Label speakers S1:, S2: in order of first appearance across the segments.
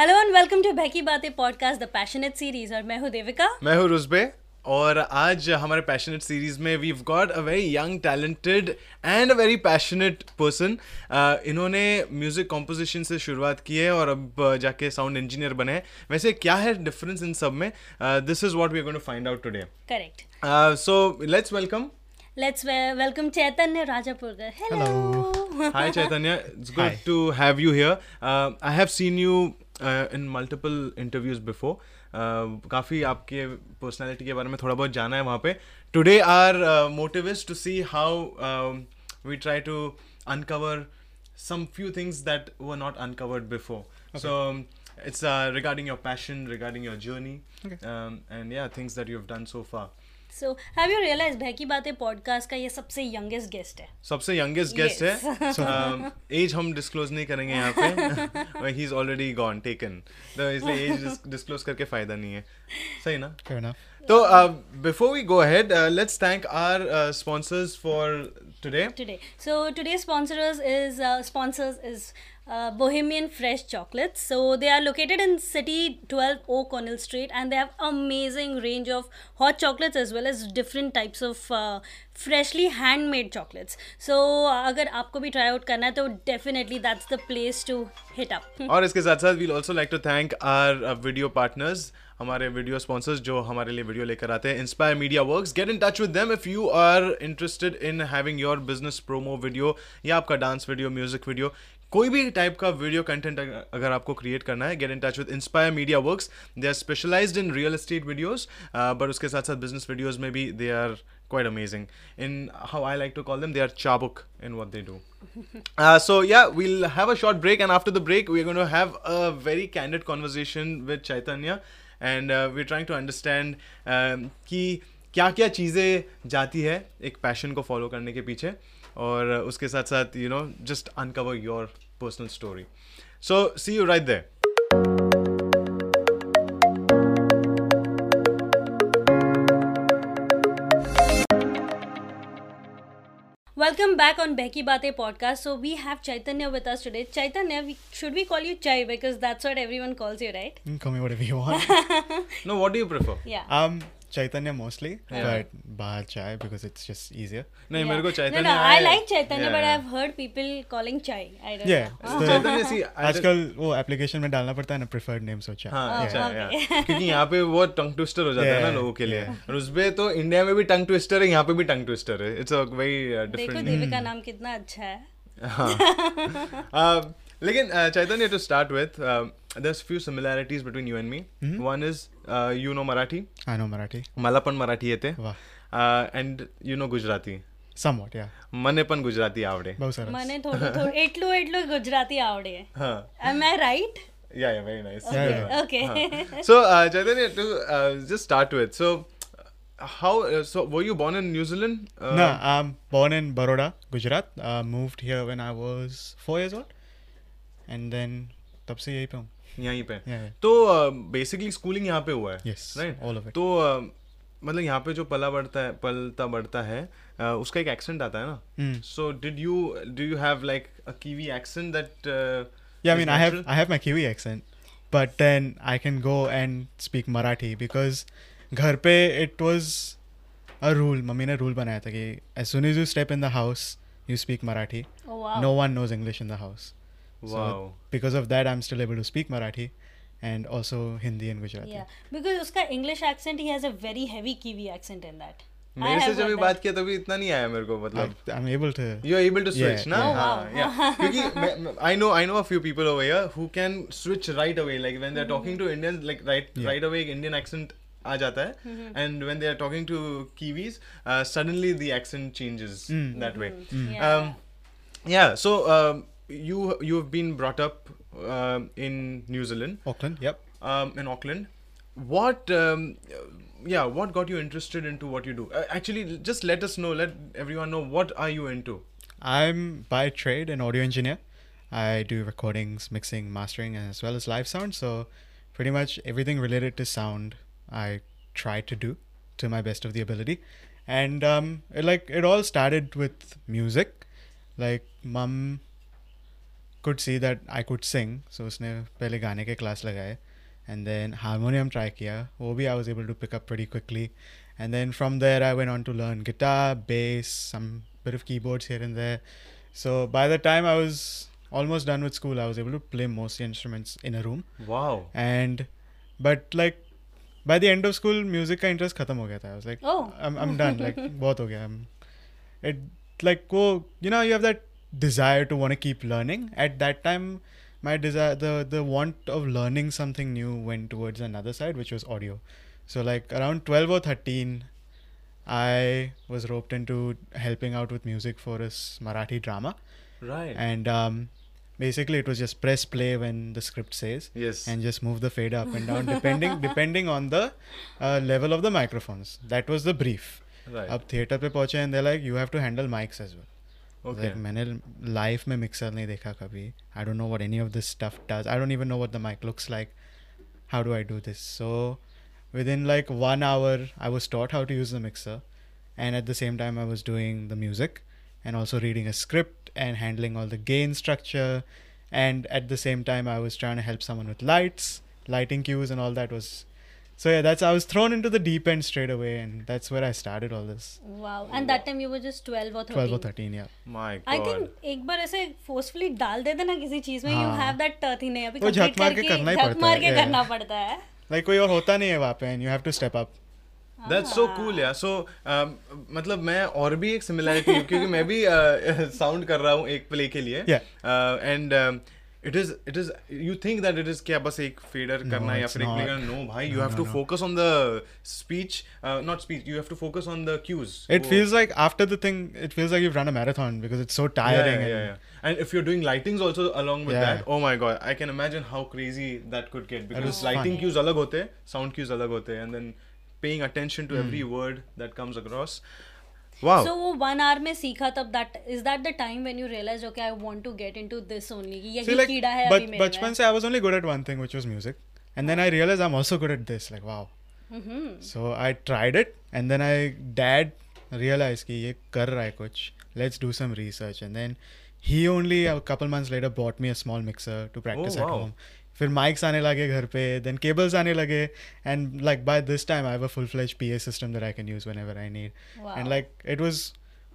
S1: Welcome to Behki Baatein podcast the passionate series और मैं हूं देविका
S2: मैं हूँ रुजबे और आज हमारे पैशनेट सीरीज में we got a very young talented and a very passionate person Uh, इन्होंने म्यूजिक कॉम्पोजिशन से शुरुआत की है और अब uh, जाके साउंड इंजीनियर बने हैं वैसे क्या है डिफरेंस इन सब में Uh, this is what we going to find out today
S1: correct
S2: so let's welcome
S1: let's welcome Chaitanya राजापुरकर hello
S2: Hi Chaitanya, it's good to have you here. Uh, I have seen you uh, in multiple interviews before. Uh, काफी आपके personality के बारे में थोड़ा बहुत जाना है वहाँ पे. Today our uh, motive is to see how um, we try to uncover some few things that were not uncovered before. So um, it's uh, regarding your passion, regarding your journey, um, and yeah, things that you've done so far.
S1: So have you realise Behki Baatein podcast का ये सबसे youngest guest है
S2: सबसे youngest guest है age um, हम disclose नहीं करेंगे यहाँ पे ही इज ऑलरेडी गॉन टेकन तो इसलिए एज डिस्क्लोज करके फायदा नहीं है सही ना
S3: Fair enough.
S2: तो before we go ahead let's thank our sponsors for today
S1: today. So today's sponsors is uh, sponsors is uh, Bohemian Fresh Chocolates. So they are located in City 12 O'Connell Street, and they have amazing range of hot chocolates as well as different types of uh, freshly handmade chocolates. So uh, अगर आपको भी try out करना है तो definitely that's the place to hit up.
S2: और इसके साथ साथ we'll also like to thank our video partners uh, हमारे वीडियो स्पॉन्सर्स जो हमारे लिए वीडियो लेकर आते हैं Inspire Media Works get in touch with them if you are interested in having your business promo video या आपका डांस वीडियो म्यूजिक वीडियो कोई भी टाइप का वीडियो कंटेंट अगर आपको क्रिएट करना है get in touch with Inspire Media Works they are specialized in real estate videos but uh, उसके साथ साथ बिजनेस वीडियोस में भी they are quite amazing in how i like to call them they are chabuk in what they do uh, so yeah we'll have a short break and after the break we're going to have a very candid conversation with chaitanya uh, and we trying to understand कि क्या क्या चीज़ें जाती है एक passion को follow करने के पीछे और uh, उसके साथ साथ you know just uncover your personal story so see you right there
S1: Welcome back on Becky Bate podcast. So we have Chaitanya with us today. Chaitanya, we, should we call you Chai because that's what everyone calls you, right?
S3: You can call me whatever you want.
S2: No what do you prefer
S1: Yeah.
S3: um, Chaitanya mostly, but Bahar Chai because it's just easier.
S2: नहीं मेरे को
S1: No,
S2: Chaitanya
S1: no, I like Chaitanya, but I've heard people calling Chai. I don't
S3: Yeah.
S1: know.
S3: so-
S2: Chaitanya see
S3: आजकल वो application में डालना पड़ता है ना प्रेफर्ड नेम सो चाय
S2: हाँ
S1: Oh,
S2: अच्छा
S1: okay.
S2: yeah. क्योंकि यहाँ पे वो टंग ट्विस्टर हो जाता है ना
S3: Yeah,
S2: लोगों के लिए और उसपे तो इंडिया में भी टंग ट्विस्टर है यहाँ पे भी टंग ट्विस्टर है इट्स अ वेरी
S1: देखो
S2: डिफरेंट
S3: Hmm.
S1: देविका नाम कितना अच्छा है
S2: Um, लेकिन uh, Chaitanya, to start with, um, there's few similarities between you and me.
S3: Hmm?
S2: One is uh, you know Marathi,
S3: I know Marathi
S2: मला पण मराठी येते
S3: वाह
S2: uh, and you know Gujarati.
S3: Somewhat yeah
S2: મને પણ ગુજરાતી આવડે
S3: बहुत सारा
S1: મને થોડું થોડું એટલું એટલું ગુજરાતી આવડે
S2: હા
S1: am I right
S2: yeah yeah very nice
S3: Yeah, हाँ. yeah.
S1: Okay
S2: so uh, Chaitanya, to uh, just start with, so uh, how uh, so were you born in New Zealand? Uh,
S3: No, I'm um, born in Baroda, Gujarat. Uh, moved here when I was four years old, and then तब से यही पे हूँ.
S2: यहीं पे
S3: Yeah, yeah.
S2: तो basically schooling यहाँ पे हुआ है
S3: Yes,
S2: right
S3: all of it.
S2: तो uh, मतलब यहाँ पे जो पला बढ़ता है पलता बढ़ता है uh, उसका एक एक्सेंट आता है ना
S3: Hmm.
S2: So did you do you have like a Kiwi accent that
S3: Yeah, I mean, I have I have my Kiwi accent, but then I can go and speak Marathi because घर पे it was a rule. Mummy ने rule बनाया था कि as soon as you step in the house, you speak Marathi.
S1: Oh,
S3: No one knows English in the house.
S2: Wow.
S3: because of that, I'm still able to speak Marathi, and also Hindi and Gujarati.
S1: या because उसका English accent ही has a very heavy Kiwi accent in that
S2: मेरे से जब ये बात किया तभी इतना नहीं आया मेरे को मतलब
S3: I, I'm able to.
S2: You are able to switch
S3: Yeah,
S2: ना
S3: yeah.
S2: हां क्योंकि I know I know a few people over here who can switch right away like when they are talking to Indians like right right away एक Indian accent आ जाता है and when they are talking to Kiwis suddenly the accent changes
S3: Mm.
S2: That way um yeah so um you you've been brought up um, in new zealand
S3: Auckland. Yep.
S2: um in auckland what um yeah what got you interested into what you do uh, actually just let us know let everyone know what are you into
S3: I'm by trade an audio engineer. I do recordings, mixing, mastering, and as well as live sound. So, pretty much everything related to sound, I try to do to my best of the ability. And um, it like it all started with music. Like mum could see that I could sing, so उसने पहले गाने के class लगाए. and then harmonium try kiya वो भी I was able to pick up pretty quickly and then from there I went on to learn guitar bass some bit of keyboards here and there so by the time I was almost done with school I was able to play most instruments in a room
S2: Wow.
S3: and but like by the end of school music का interest खत्म हो गया था I was like
S1: Oh.
S3: I'm I'm done like बहुत हो गया I'm it like वो you know you have that desire to want to keep learning at that time my desire the the want of learning something new went towards another side which was audio so like around 12 or 13 I was roped into helping out with music for a s- Marathi drama
S2: Right.
S3: and um, basically it was just press play when the script says
S2: Yes.
S3: and just move the fader up and down depending depending on the uh, level of the microphones that was the brief
S2: right.
S3: अब theatre पे पहुंचे and they like you have to handle mics as well.
S2: Okay.
S3: Like, मैंने live में mixer नहीं देखा कभी. I don't know what any of this stuff does. I don't even know what the mic looks like. How do I do this? So within like 1 hour, I was taught how to use the mixer, and at the same time I was doing the music and also reading a script and handling all the gain structure, and at the same time I was trying to help someone with lights, lighting cues and all that was. So yeah, that's, I was thrown into the deep end straight away, and that's where I started all this.
S1: Wow. And that time you were just 12. or 13
S3: 12 or 13 yeah
S2: My God.
S1: I think एक बार ऐसे forcefully डाल देते ना किसी चीज में you
S3: हाँ।
S1: हैव दैट टर्थिंग नहीं अभी
S3: वो झक
S1: complete
S3: मार के
S1: करके
S3: करना ही
S1: झक
S3: पड़ता
S1: मार
S3: है,
S1: के
S3: yeah.
S1: करना पड़ता है
S3: like कोई और होता नहीं है वहाँ पे and you have to step up
S2: That's so cool यार so um, मतलब मैं और भी एक सिमिलैरिटी क्योंकि मैं भी साउंड कर रहा हूँ एक प्ले के लिए Uh, um,
S3: Yeah.
S2: And it is it is you think that it is क्या बस एक फेडर करना है या
S3: it's
S2: फिर एक
S3: not.
S2: play करना नो भाई you have to focus on the speech not speech you have to focus on the cues
S3: it feels like after the thing it feels like you've run a marathon because it's so
S2: Yeah,
S3: tiring
S2: yeah,
S3: and
S2: yeah, yeah. And if you're doing lightings also along with
S3: Yeah.
S2: that, oh my god, I can imagine how crazy that could get because
S3: was
S2: lighting
S3: fun.
S2: cues alag hote, hai, sound cues alag hote, hai, and then paying attention to
S3: Hmm.
S2: every word that comes across.
S3: Oh.
S2: Wow.
S1: So वो one hour में सीखा तब that is that the time when you realise okay I want to get into this only कि
S3: See,
S1: यही
S3: like,
S1: कीड़ा है अभी
S3: but
S1: मेरे में
S3: bachpan se I was only good at one thing which was music and then I realized I'm also good at this like wow
S1: hmm.
S3: so I tried it and then I dad realized कि ये कर रहा है कुछ let's do some research and then he only a couple months later bought me a small mixer to practice
S2: Oh,
S3: at
S2: wow.
S3: home फिर mics आने लगे घर पे देन केबल्स आने लगे and like by this time I have a full fledge P A system that I can use whenever I need
S1: Wow.
S3: And like it was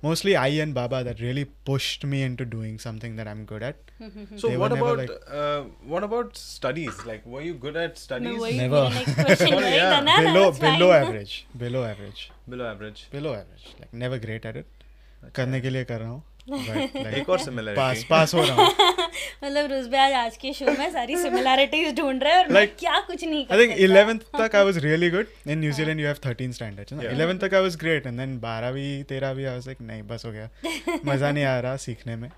S3: mostly I and Baba that really pushed me into doing something that I'm good at.
S1: Mm-hmm.
S2: so
S3: they were
S2: what
S3: never,
S2: about
S3: like-
S2: uh, what about studies? Like, were you good at
S1: मैं
S2: studies?
S1: वही
S3: Never.
S1: मेरा next question
S2: Sorry,
S1: वही
S2: Oh, yeah.
S1: था ना
S3: below
S1: that's
S3: below
S1: fine.
S3: average, below average,
S2: Below average.
S3: below average. Like never great at it. करने के लिए कर रहा हूँ. But
S2: एक
S3: like
S2: और similarity.
S3: pass pass हो रहा हूँ.
S1: मतलब रुजबे आज आज के शो में सारी सिमिलैरिटीज ढूंढ रहे हैं और मैं
S3: Like,
S1: क्या कुछ नहीं
S3: I
S1: कर
S3: think
S1: सकता।
S3: 11th तक I was really good. In New Zealand you have 13 standards. है ना?
S2: Yeah.
S3: 11th तक I was great and then 12वीं 13वीं I was like नहीं बस हो गया. मजा नहीं आ रहा सीखने में.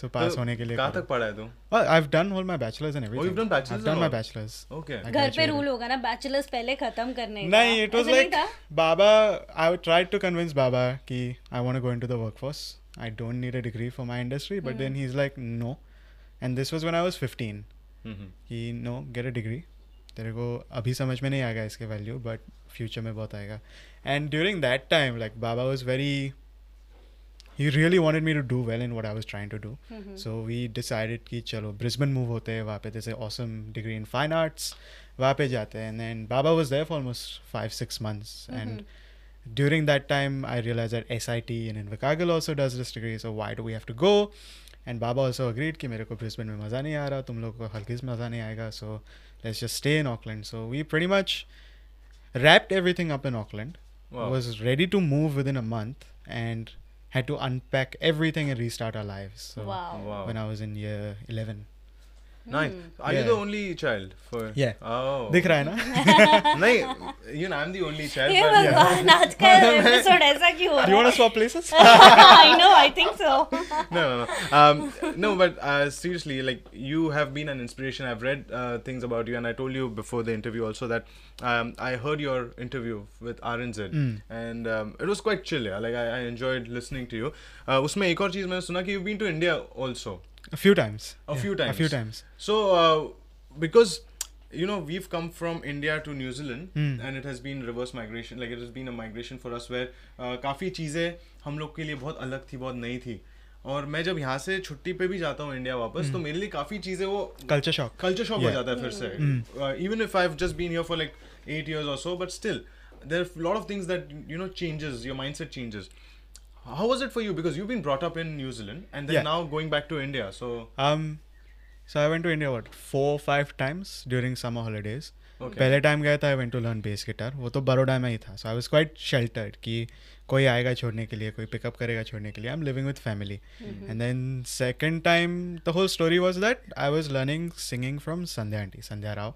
S3: So pass
S2: तो
S3: होने के लिए.
S2: कहाँ
S3: करो.
S2: तक पढ़ा है तू?
S3: Well, I've done all my bachelors and everything.
S2: you've done bachelors
S3: I've
S2: and
S3: done my
S2: all.
S3: bachelors.
S2: Okay.
S3: I
S1: घर पे
S3: graduated.
S1: रूल होगा ना बैचलर्स पहले खत्म करने का
S3: नहीं इट वाज
S1: ऐसा नहीं
S3: लाइक
S1: था?
S3: बाबा आई ट्राइड टू कन्विंस बाबा कि I want to go into the workforce I don't need a degree for my industry but then
S1: Hmm.
S3: He is like no and this was when I was 15
S2: Mhm.
S3: कि no get a degree तेरे को अभी समझ में नहीं आएगा इसके value but future में बहुत आएगा and during that time like बाबा was very he really wanted me to do well in what I was trying to do so we decided कि चलो ब्रिस्बेन मूव होते हैं वहाँ पे जैसे awesome degree in fine arts वहाँ पे जाते हैं एंड बाबा was there for almost five six months and during that time i realized that sit in invercargill also does this degree so why do we have to go and baba also agreed कि मेरे को Brisbane में मज़ा नहीं आ रहा तुम लोग को हल्किस में मज़ा नहीं आएगा so let's just stay in auckland so we pretty much wrapped everything up in auckland
S2: Wow.
S3: was ready to move within a month and had to unpack everything and restart our lives so
S1: Wow.
S2: Wow.
S3: when i was in year 11
S2: Nice. Are you
S3: Yeah.
S2: the only child for?
S3: Yeah.
S2: Oh.
S3: दिख रहा है ना
S2: नहीं, you know I'm the only child.
S1: Hey
S2: but-
S1: भगवान आज का episode ऐसा क्यों हो
S3: do you
S1: रहा
S3: want to swap places
S1: है I know I think so
S2: no, no, no. Um, no, but uh, seriously, like you have been an inspiration. I've read uh, things about you, and I told you before the interview also that um, I heard your interview with RNZ, and um, it was quite chill. Yeah, like I, I enjoyed listening to you. Uh, उसमें एक और चीज मैंने सुना कि you've been to India also.
S3: a few times
S2: A few
S3: a
S2: times.
S3: few times
S2: So, uh, because you know we've come from India to New Zealand,
S3: Hmm.
S2: and it has been reverse migration. Like it has been a migration for us where uh, काफी चीजें हम लोग के लिए बहुत अलग थी, बहुत नई थी. और मैं जब यहाँ से छुट्टी पे भी जाता हूँ इंडिया वापस तो मेरे लिए काफ़ी चीज़ें वो
S3: culture shock
S2: कल्चर शॉक हो
S3: Hmm. Yeah. Hmm.
S2: जाता है फिर से Uh, even if I have just been here for like eight years और so but still there are lot of things that you know changes your mindset changes How was it for you? Because you've been brought up in New Zealand and then
S3: Yeah.
S2: now going back to India. So
S3: um so i went to india what four five times during summer holidays
S2: Okay.
S3: पहले time गया था I went to learn bass guitar वो तो बड़ोडा में ही था so I was quite sheltered कि कोई आएगा छोड़ने के लिए कोई पिकअप करेगा छोड़ने के लिए I am living with family and then second time the whole story was that I was learning singing from Sandhya aunty Sandhya Rao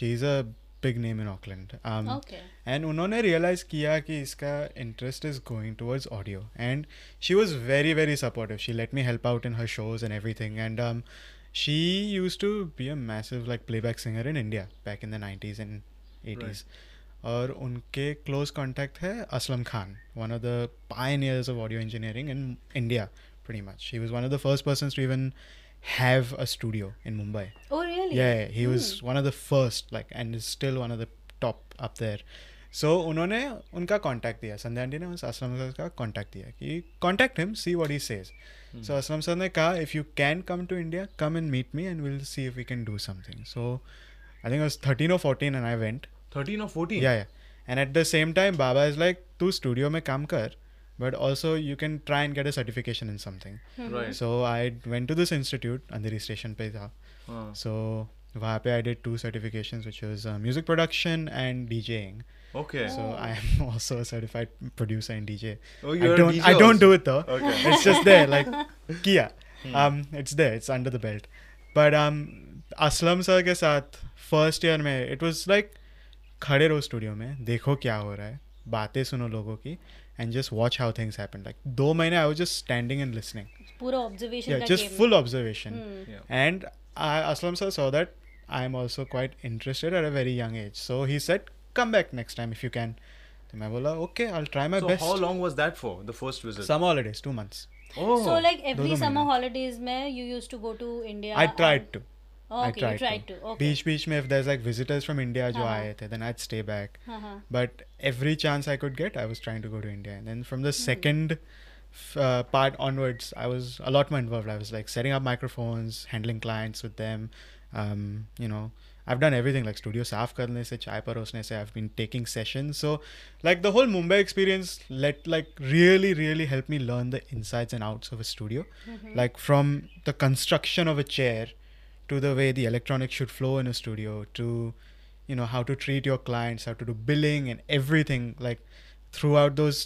S3: she is a big name in Auckland
S1: Okay.
S3: And उन्होंने रियलाइज़ किया कि इसका interest is going towards audio and she was very very supportive she let me help out in her shows and everything and she use to be a massive like playback singer in India back in the nineties and eighties और उनके close contact है Aslam Khan one of the pioneers of audio engineering in India pretty much she was one of the first persons to even have a studio in mumbai
S1: Oh, really?
S3: yeah, yeah, he was one of the first like and is still one of the top up there so उन्होंने उनका contact दिया Sandhya aunty ने उस Aslam sir का contact दिया कि contact him see what he says so Aslam sir ने कहा if you can come to India come and meet me and will see if we can do something so I think was 13 और 14 and I went
S2: 13 or 14?
S3: yeah yeah and at the same time baba is like tu studio mein kaam kar but also you can try and get a certification in something
S1: Mm-hmm.
S2: Right.
S3: so i went to this institute andheri station pe tha
S2: हाँ.
S3: so वहाँ पे I did two certifications which was music production and DJing
S2: Okay.
S3: So I am also a certified producer and DJ
S2: Oh,
S3: I
S2: you're a
S3: don't
S2: DJ
S3: I don't
S2: also.
S3: Do it though
S2: Okay. Hmm.
S3: it's just there like kia um it's there it's under the belt but um Aslam sir के साथ first year में it was like खड़े रहो studio में देखो क्या हो रहा है बातें सुनो लोगों की and just watch how things happen like दो महीने I was just standing and listening
S1: पूरा ऑब्जर्वेशन का
S3: just
S1: game. Hmm.
S3: Full observation
S2: Yeah.
S3: And Aslam sir so that I am also quite interested at a very young age so he said come back next time if you can तो मैं बोला okay I try my
S2: So how
S3: best
S2: long was that for? The first visit.
S3: Some holidays two months
S2: oh.
S1: So like
S3: दो-दो
S1: every
S3: महीने।
S1: summer holidays में you used to go to India.
S3: I try
S1: and-
S3: to
S1: Okay,
S3: I
S1: you
S3: tried,
S1: tried
S3: to.
S1: to. Okay.
S3: Beach beach mein if there's like visitors from India jo
S1: हाँ, हाँ.
S3: aaye the, then I'd stay back.
S1: हाँ हाँ
S3: But every chance I could get, I was trying to go to India. And then from the second f- uh, part onwards, I was a lot more involved. I was like setting up microphones, handling clients with them. Um, you know, I've done everything like studio saaf karne se, chai parosne se. I've been taking sessions. So, like the whole Mumbai experience, let like really, really helped me learn the insides and outs of a studio, like from the construction of a chair to the way the electronics should flow in a studio to you know how to treat your clients how to do billing and everything like throughout those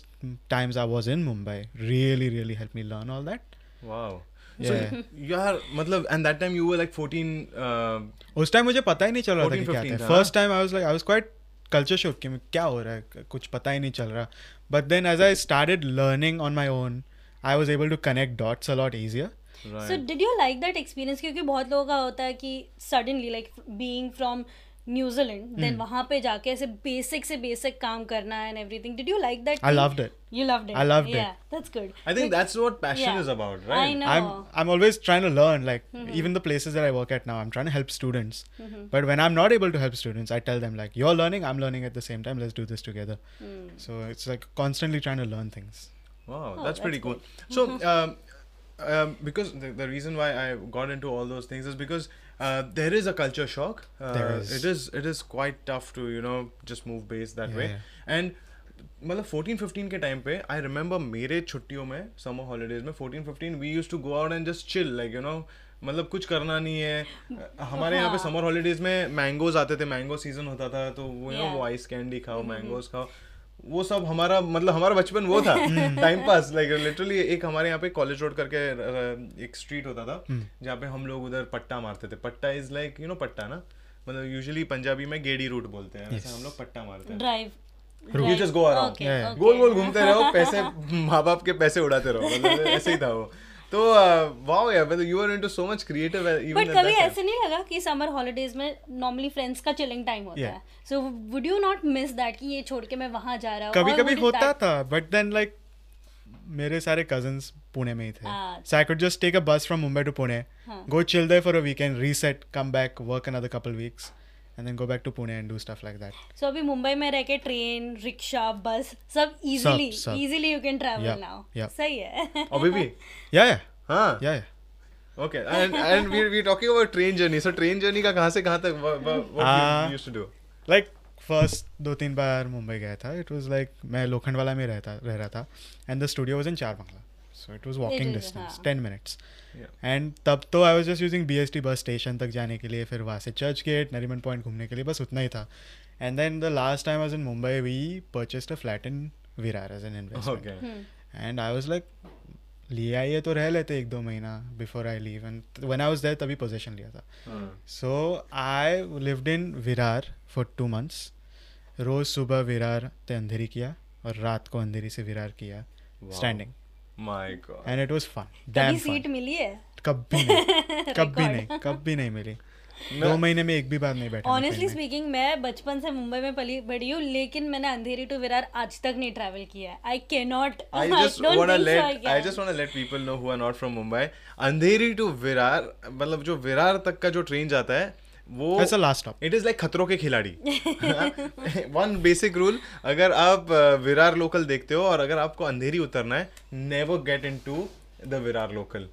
S3: times i was in mumbai really really helped me learn all that
S2: Wow.
S3: Yeah.
S2: So यार मतलब and that time you were like 14 uh,
S3: उस time मुझे पता ही नहीं चल रहा था कि
S2: 14,
S3: क्या
S2: 15
S3: था first time I was like I was quite culture shock कि मैं- क्या हो रहा है कुछ पता ही नहीं चल रहा but then as I started learning on my own I was able to connect dots a lot easier
S2: right.
S1: So did you like that experience क्योंकि बहुत लोगों का होता है कि suddenly like being from New Zealand
S3: Hmm.
S1: Then वहां पे जाके ऐसे बेसिक से बेसिक काम करना and everything did you like that
S3: I loved it
S1: you loved it
S3: I loved it.
S1: yeah that's good
S2: I think that's what passion
S1: Yeah.
S2: is about,
S1: I
S2: right?
S1: know.
S3: I'm I'm always trying to learn. Like
S1: Mm-hmm.
S3: even the places that I work at now, I'm trying to help students. But when I'm not able to help students, I tell them like, "You're learning, I'm learning at the same time. Let's do this together."
S1: Mm.
S3: So it's like constantly trying to learn things.
S2: Wow,
S1: Oh,
S2: that's pretty
S1: that's
S2: cool. So, um, um, because the, the reason why I got into all those things is because uh, there is a culture shock. Uh,
S3: There is.
S2: It is. It is quite tough to you know just move base that way.
S3: Yeah.
S2: And मतलब 14 15 के time पे I remember मेरे छुट्टियों में summer holidays में 14 15 we use to go out and just chill like you know मतलब कुछ करना नहीं है अ, हमारे यहाँ पे
S1: हाँ।
S2: समर हॉलीडेज में मैंगोज आते थे मैंगो सीजन होता था तो वो यू नो
S1: Yeah. Mm-hmm.
S2: वो आइस कैंडी खाओ मैंगोज खाओ वो सब हमारा मतलब हमारा बचपन वो था
S3: हम्म।
S2: टाइम पास लाइक लिटरली एक हमारे यहाँ पे कॉलेज रोड करके र- र- एक स्ट्रीट होता था
S3: हम्म।
S2: जहाँ पे हम लोग उधर पट्टा मारते थे पट्टा इज लाइक यू नो पट्टा ना मतलब यूजुअली पंजाबी में गेड़ी रूट बोलते हैं वैसे हम लोग पट्टा मारते हैं
S1: drive
S2: You just go around.
S1: okay,
S3: Yeah.
S1: okay.
S2: गोल गोल घूमते रहो पैसे माँ बाप के पैसे उड़ाते रहो मतलब ऐसे ही था वो तो वाओ यार मतलब you are into so much creative even
S1: but कभी ऐसे नहीं लगा कि समर हॉलीडेज में नॉर्मली फ्रेंड्स का चिलिंग टाइम होता
S3: Yeah.
S1: है so would you not miss that कि ये छोड़ के मैं वहां जा रहा हूँ
S3: कभी
S1: Or
S3: कभी
S1: would
S3: होता
S1: Uh, that-
S3: था बट देन लाइक मेरे सारे cousins पुणे में ही थे
S1: Ah.
S3: So I could just take a bus from Mumbai to Pune
S1: हाँ.
S3: Go chill there for a weekend reset come back work another couple weeks and then go back to Pune and do stuff like that
S1: so अभी मुंबई में रह के train rickshaw bus सब easily
S3: सब।
S1: Easily you can travel
S3: Yeah,
S1: now
S3: yeah.
S1: सही है
S2: अभी भी
S3: या या
S2: हाँ
S3: Yeah, yeah.
S2: Okay, and and we're we're talking about train journey. So train journey का कहाँ से कहाँ तक what, what
S3: Ah.
S2: you used to do?
S3: Like first दो तीन बार मुंबई गया था इट वाज लाइक मैं लोखंडवाला में रहता रह रहा था and the studio was in Char Bangla so it was walking
S1: is,
S3: distance
S1: हाँ.
S3: Ten minutes
S2: Yeah.
S3: एंड तब तो I was just using BEST bus station तक जाने के लिए फिर वहाँ से चर्च गेट नरीमन पॉइंट घूमने के लिए बस उतना ही था and then the last time was in Mumbai we purchased a flat in Virar as an investment
S2: Okay.
S3: And I was like ले आइए तो रह लेते एक दो महीना before I leave and when I was there तभी पोजीशन लिया था
S2: हाँ.
S3: So I lived in Virar for two months. रोज सुबह विरार ते अंधेरी किया और रात को अंधेरी से विरार किया
S2: Wow.
S3: Standing
S2: My God.
S3: And it was fun damn
S1: कभी सीट मिली है
S3: कभी नहीं कभी नहीं कभी नहीं मिली दो महीने में एक भी बार नहीं बैठा मैं
S1: ऑनेस्टली
S3: train में।
S1: स्पीकिंग मैं बचपन से मुंबई में पली बड़ी हूँ लेकिन मैंने अंधेरी टू विरार आज तक नहीं ट्रैवल किया है I can not
S2: I just wanna let I just wanna let people know who are not from Mumbai. Andheri to Virar मतलब जो विरार तक का जो ट्रेन जाता है वो
S3: That's the last stop.
S2: It is like खतरों के खिलाड़ी वन बेसिक रूल अगर आप अ, विरार लोकल देखते हो और अगर आपको अंधेरी उतरना है never get in to the Virar local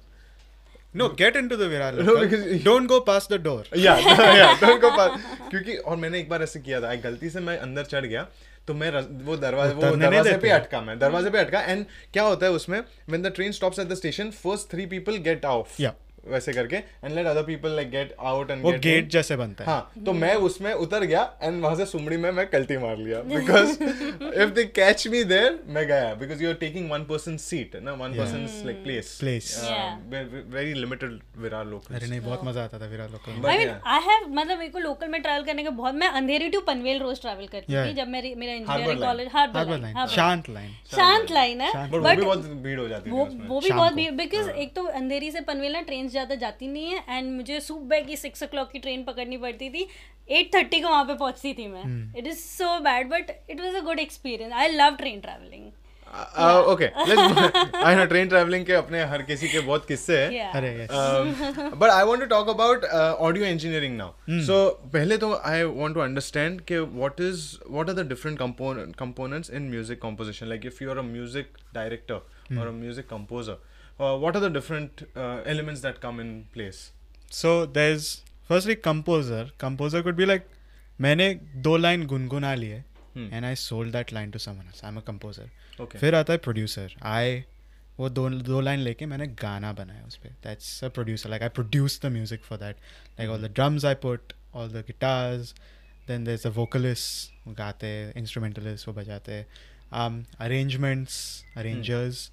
S3: No, get into the Virar. local. Don't go past the door.
S2: या या डोंट गो पास क्योंकि और मैंने एक बार ऐसे किया था I गलती से मैं अंदर चढ़ गया तो मैं रस- वो दरवाजे वो
S3: उतरने नहीं
S2: दरवाजे
S3: देते।
S2: पे अटका मैं दरवाजे पे अटका एंड क्या होता है उसमें when the train stops at the station first three people get off
S3: Yeah.
S2: वैसे करके and let other people like get out and
S3: वो गेट जैसे बनता है
S2: हाँ तो मैं उसमें उतर गया एंड वहां से सुमड़ी में मैं कल्टी मार लिया because if they catch me there मैं गया because you are taking one person seat ना one person like place
S3: Place.
S2: Uh, very limited Virar
S3: अरे
S2: लोकल
S3: नहीं बहुत मजा आता था विरार लोकल
S2: हाँ। but
S1: I mean
S2: yeah.
S1: I have मतलब मेरे को लोकल में ट्रैवल करने का बहुत मैं अंधेरी टू पनवेल रोज ट्रैवल करती
S3: Yeah.
S1: थी जब मेरी मेरा
S2: Harbour
S1: engineering
S2: line.
S1: College harbour
S3: harbour
S1: line
S3: line शांत लाइन
S1: शांत लाइन है
S2: बट वो भी बहुत भीड़ हो जाती
S1: वो
S2: थी उसमें
S1: वो भी
S3: शाम
S1: बहुत
S3: को।
S2: हाँ।
S1: बिकॉज एक तो अंधेरी से पनवेल ना ट्रेन ज़्यादा जाती नहीं है एंड मुझे सुबह की सिक्स ओ की ट्रेन पकड़नी पड़ती थी एट थर्टी को वहाँ पे पहुँचती थी मैं
S2: Hmm.
S1: It is so bad but it was a good experience I love train travelling
S2: Uh, okay I know train travelling के अपने हर किसी के बहुत किस्से हैं Um,
S3: अरे yes.
S2: But I want to talk about audio engineering
S3: Hmm.
S2: Now so पहले तो आई वांट टू अंडरस्टैंड कि what is what are the different components in music composition like if you are a music
S3: Hmm.
S2: Director और a music composer what are the different elements that come in place
S3: so there's firstly composer composer could be like मैंने दो line गुनगुना लिए and I sold that line to someone I am a composer
S2: Okay.
S3: फिर आता है producer I वो दो दो लाइन लेके मैंने गाना बनाया उस पर that's a producer like I produce the music for that like all the drums I put all the guitars then there a vocalist वो गाते इंस्ट्रूमेंटलिस्ट वो बजाते Um, arrangements arrangers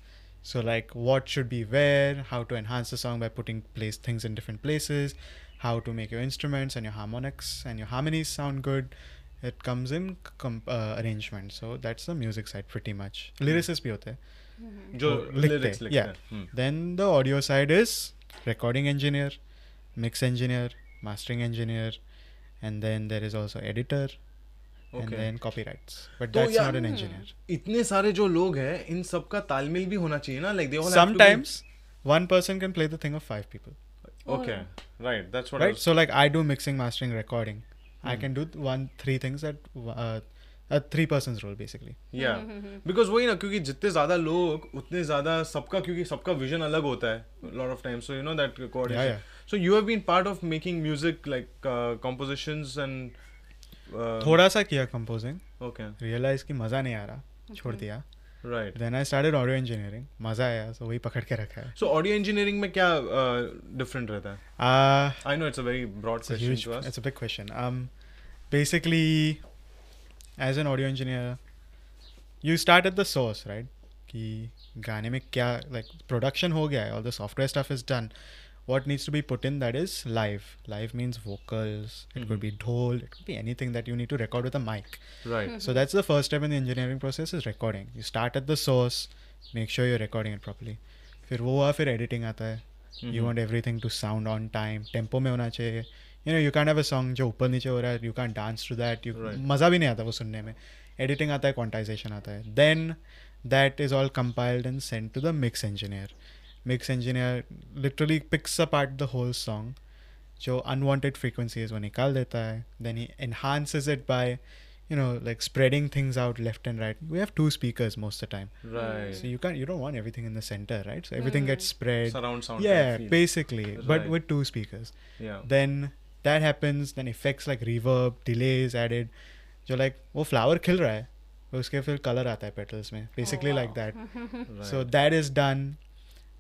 S3: So like what should be where, how to enhance the song by putting place things in different places, how to make your instruments and your harmonics and your harmonies sound good. It comes in com- uh, arrangement. So that's the music side pretty much.
S2: Hmm.
S3: Lyricist bhi hote.
S2: जो
S3: lyrics
S2: lyrics लिखते
S3: yeah.
S2: हैं Hmm.
S3: Then the audio side is recording engineer, mix engineer, mastering engineer, and then there is also editor, and
S2: Okay. hmm.
S3: then copyrights. But
S2: तो
S3: that's
S2: या-
S3: not an engineer.
S2: इतने सारे जो लोग हैं इन सब का तालमेल भी होना चाहिए ना like they all
S3: Sometimes one person can play the thing of five people.
S2: Okay right that's what
S3: right so like i do mixing mastering recording i can do th- one three things that uh, a three person's role basically
S2: या because वही ना क्योंकि जितने ज्यादा लोग उतने ज्यादा सबका क्योंकि सबका विजन अलग होता है lot of time so you know that
S3: Yeah,
S2: coordination so you have been part of making music like compositions and
S3: थोड़ा सा किया composing
S2: ओके
S3: realize कि मज़ा नहीं आ रहा छोड़ दिया
S2: right
S3: then i started audio engineering मज़ा आया so वही पकड़ के रखा है
S2: सो ऑडियो इंजीनियरिंग में क्या डिफरेंट रहता है
S3: uh,
S2: I know it's a very broad
S3: it's a
S2: question
S3: huge
S2: to
S3: it's a big question um basically as an audio engineer you start at the source right कि गाने में क्या like production हो गया है all the software stuff is done what needs to be put in that is live live means vocals it could be dhol it could be anything that you need to record with a mic
S2: right
S3: so that's the first step in the engineering process is recording you start at the source make sure you're recording it properly फिर वो हुआ फिर editing आता है you want everything to sound on time tempo में होना चाहिए you know you can have a song जो ऊपर नीचे हो रहा है you can dance to that you
S2: Right.
S3: मज़ा भी नहीं आता वो सुनने में एडिटिंग आता है क्वांटाइजेशन आता है then that is all compiled and send to the mix engineer mix engineer literally picks apart the whole song जो अनवांटेड फ्रीक्वेंसी है वो निकाल देता है then he enhances it by you know like spreading things out left and right we have two speakers most of the time
S2: Right.
S3: Hmm. so you can't you don't want everything in the center right so everything gets spread
S2: Mm-hmm. Surround sound.
S3: yeah
S2: kind of feel.
S3: basically but
S2: Right.
S3: with two speakers
S2: Yeah.
S3: then that happens then effects like reverb delays added जो like वो flower खिल रहा है तो उसके फिर color आता है petals में basically like that
S2: Right.
S3: so that is done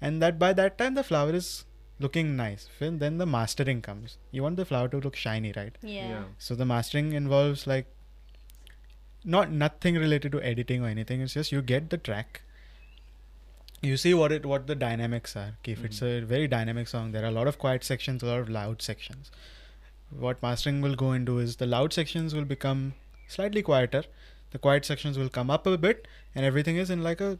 S3: and that by that time the flower is looking nice Fin- then the mastering comes you want the flower to look shiny right
S1: yeah.
S2: yeah.
S3: so the mastering involves like not nothing related to editing or anything it's just you get the track you see what it what the dynamics are okay, if it's a very dynamic song there are a lot of quiet sections a lot of loud sections what mastering will go into is the loud sections will become slightly quieter the quiet sections will come up a bit and everything is in like a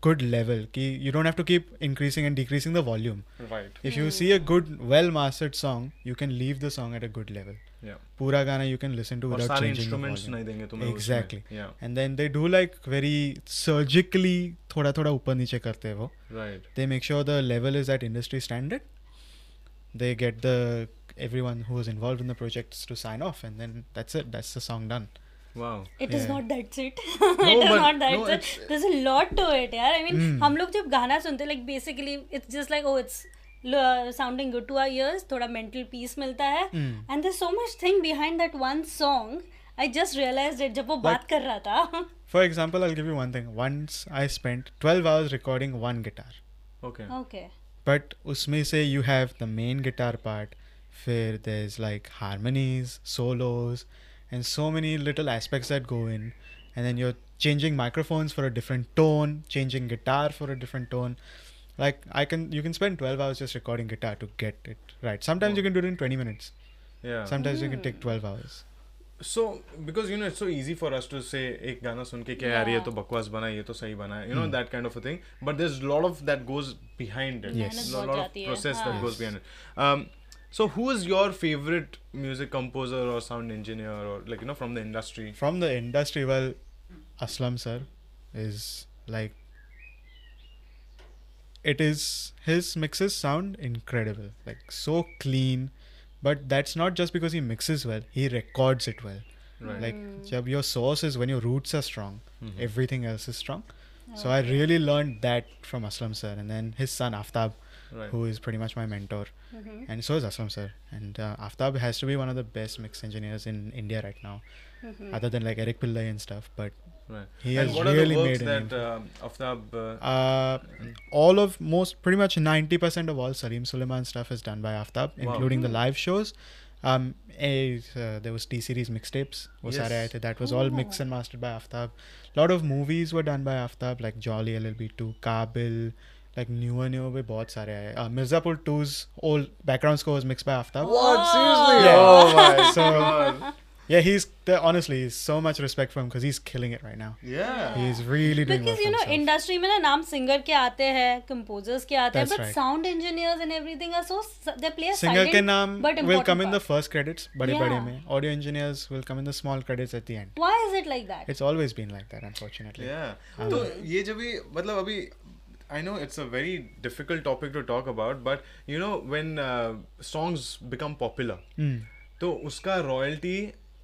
S3: good level okay, you don't have to keep increasing and decreasing the volume
S2: Right.
S3: if you see a good well mastered song you can leave the song at a good level
S2: Yeah.
S3: पूरा गाना you can listen to
S2: और
S3: without
S2: सारे
S3: changing the
S2: instruments
S3: volume.
S2: नहीं देंगे तुम्हें उसमें.
S3: Exactly.
S2: Yeah.
S3: And then they do like very surgically थोड़ा थोड़ा ऊपर नीचे करते हैं वो
S2: Right.
S3: They make sure the level is at industry standard. They get the everyone who was involved in the projects to sign off, and then that's it. That's the song done.
S2: Wow.
S1: It is
S3: Yeah.
S1: Not that's it
S2: No,
S1: it is
S2: but-
S1: not
S2: no,
S1: that's
S2: it's- Hmm.
S1: It this a lot to it यार I mean हम लोग जब गाना सुनते हैं like basically it's just like oh it's sounding good to our ears थोड़ा mental peace मिलता है
S2: Hmm.
S1: And there so much thing behind that one song I just realised it जब वो बात कर रहा था
S3: For example, I'll give you one thing. Once I spent 12 hours recording one guitar,
S2: Okay.
S1: Okay
S3: but उसमें से you have the main guitar part. फिर there's like harmonies, solos, and so many little aspects that go in. And then you're changing microphones for a different tone, changing guitar for a different tone. Like I can, you can spend 12 hours just recording guitar to get it right. Sometimes you can do it in 20 minutes.
S2: Yeah.
S3: Sometimes you can take 12 hours.
S2: so because you know it's so easy for us to say एक गाना सुन के क्या यार ये
S1: Yeah.
S2: तो बकवास बना ये तो सही बना you know
S3: Hmm.
S2: that kind of a thing but there's a lot of that goes behind it
S3: Yes.
S2: There's a
S1: मेहनत
S2: lot
S1: बहुत
S2: of
S1: जाती है,
S2: process that
S1: हाँ।
S2: goes behind it um, so who is your favorite music composer or sound engineer or like you know from the industry
S3: From the industry, well, Aslam sir is like. It is his mixes sound incredible, like so clean, but that's not just because he mixes well. He records it well.
S2: right
S3: Like jab your source is when your roots are strong, everything else is strong. So I really learned that from Aslam sir, and then his son Aftab,
S2: right
S3: who is pretty much my mentor, and so is Aslam sir. And uh, Aftab has to be one of the best mix engineers in India right now, other than like Eric Pillai and stuff. But
S2: right
S3: he
S2: and
S3: has
S2: what
S3: really
S2: are the works
S3: made an
S2: that um, Aftab uh,
S3: uh, all of most pretty much 90% of all Salim Suleiman stuff is done by Aftab,
S2: Wow.
S3: including the live shows. Um, a, uh, there was T series mixtapes. वो
S2: Yes.
S3: सारे आए थे. That was all mixed and mastered by Aftab. lot of movies were done by Aftab, like Jolly LLB2, Kabil, like newer newer पे बहुत सारे आए. Uh, Mirzapur 2's old background score was mixed by Aftab.
S2: what seriously
S3: Yeah.
S2: oh my
S3: So-
S2: god
S3: Yeah, he's the, honestly, he's so much respect for him because he's killing it right now.
S2: yeah
S3: He's really doing well
S1: because
S3: for
S1: you know
S3: himself.
S1: Industry में ना नाम singer के आते हैं composers के आते हैं
S3: That's
S1: but
S3: right.
S1: Sound engineers and everything are so they play
S3: singer के नाम
S1: but
S3: will come in the first credits बड़े बड़े
S1: Yeah.
S3: में audio engineers will come in the small credits at the end
S1: why is it like that
S3: it's always been like that unfortunately
S2: yeah तो ये जब भी मतलब अभी I know it's a very difficult topic to talk about, but you know when uh, songs become popular, तो उसका royalty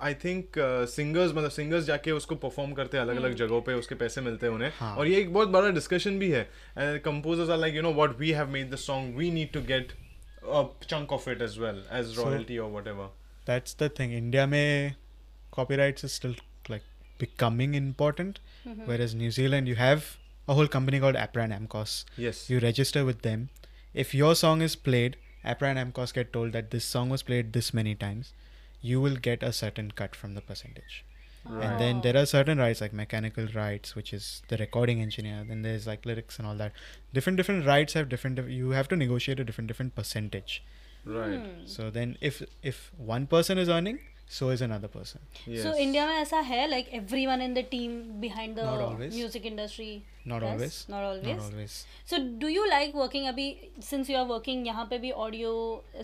S2: I think uh, singers मतलब singers जाके उसको perform करते हैं अलग अलग जगहों पे उसके पैसे मिलते हैं उन्हें और ये एक बहुत बड़ा discussion भी है and composers are like you know what we have made the song we need to get a chunk of it as well as royalty or whatever
S3: that's the thing India में copyrights is still like becoming important where as New Zealand you have a whole company called APRA and AMCOS
S2: yes
S3: you register with them. If your song is played, APRA and AMCOS get told that this song was played this many times, you will get a certain cut from the percentage. And then there are certain rights like mechanical rights, which is the recording engineer. Then there's like lyrics and all that. Different different rights have different. diff- You have to negotiate a different different percentage.
S2: right
S3: So then if if one person is earning, so is another person.
S2: yes
S1: so India में ऐसा है like everyone in the team behind
S3: Not
S1: the
S3: always.
S1: Music industry
S3: Not always.
S1: Not
S3: Not
S1: always
S3: always.
S1: So do you like working अभी since you are working यहाँ पे भी audio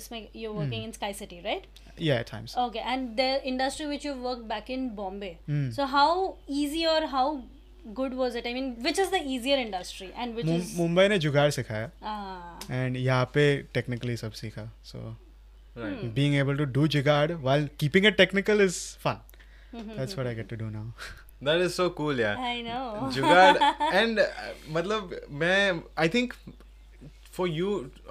S1: इसमें you working
S3: Hmm.
S1: In sky city right
S3: Yeah, at times.
S1: Okay, and the industry which you worked back in Bombay.
S3: Mm.
S1: So how easy or how good was it? I mean, which is the easier industry and which
S3: Mum-
S1: is
S3: Mumbai ने जुगाड़ सिखाया
S1: ah
S3: and यहाँ पे technically सब सीखा so
S2: right
S3: Hmm. being able to do jigad while keeping it technical is fun
S1: Mm-hmm.
S3: that's what I get to do now.
S2: That is so cool, yeah.
S1: I know.
S2: Jugaad and मतलब मैं I think for you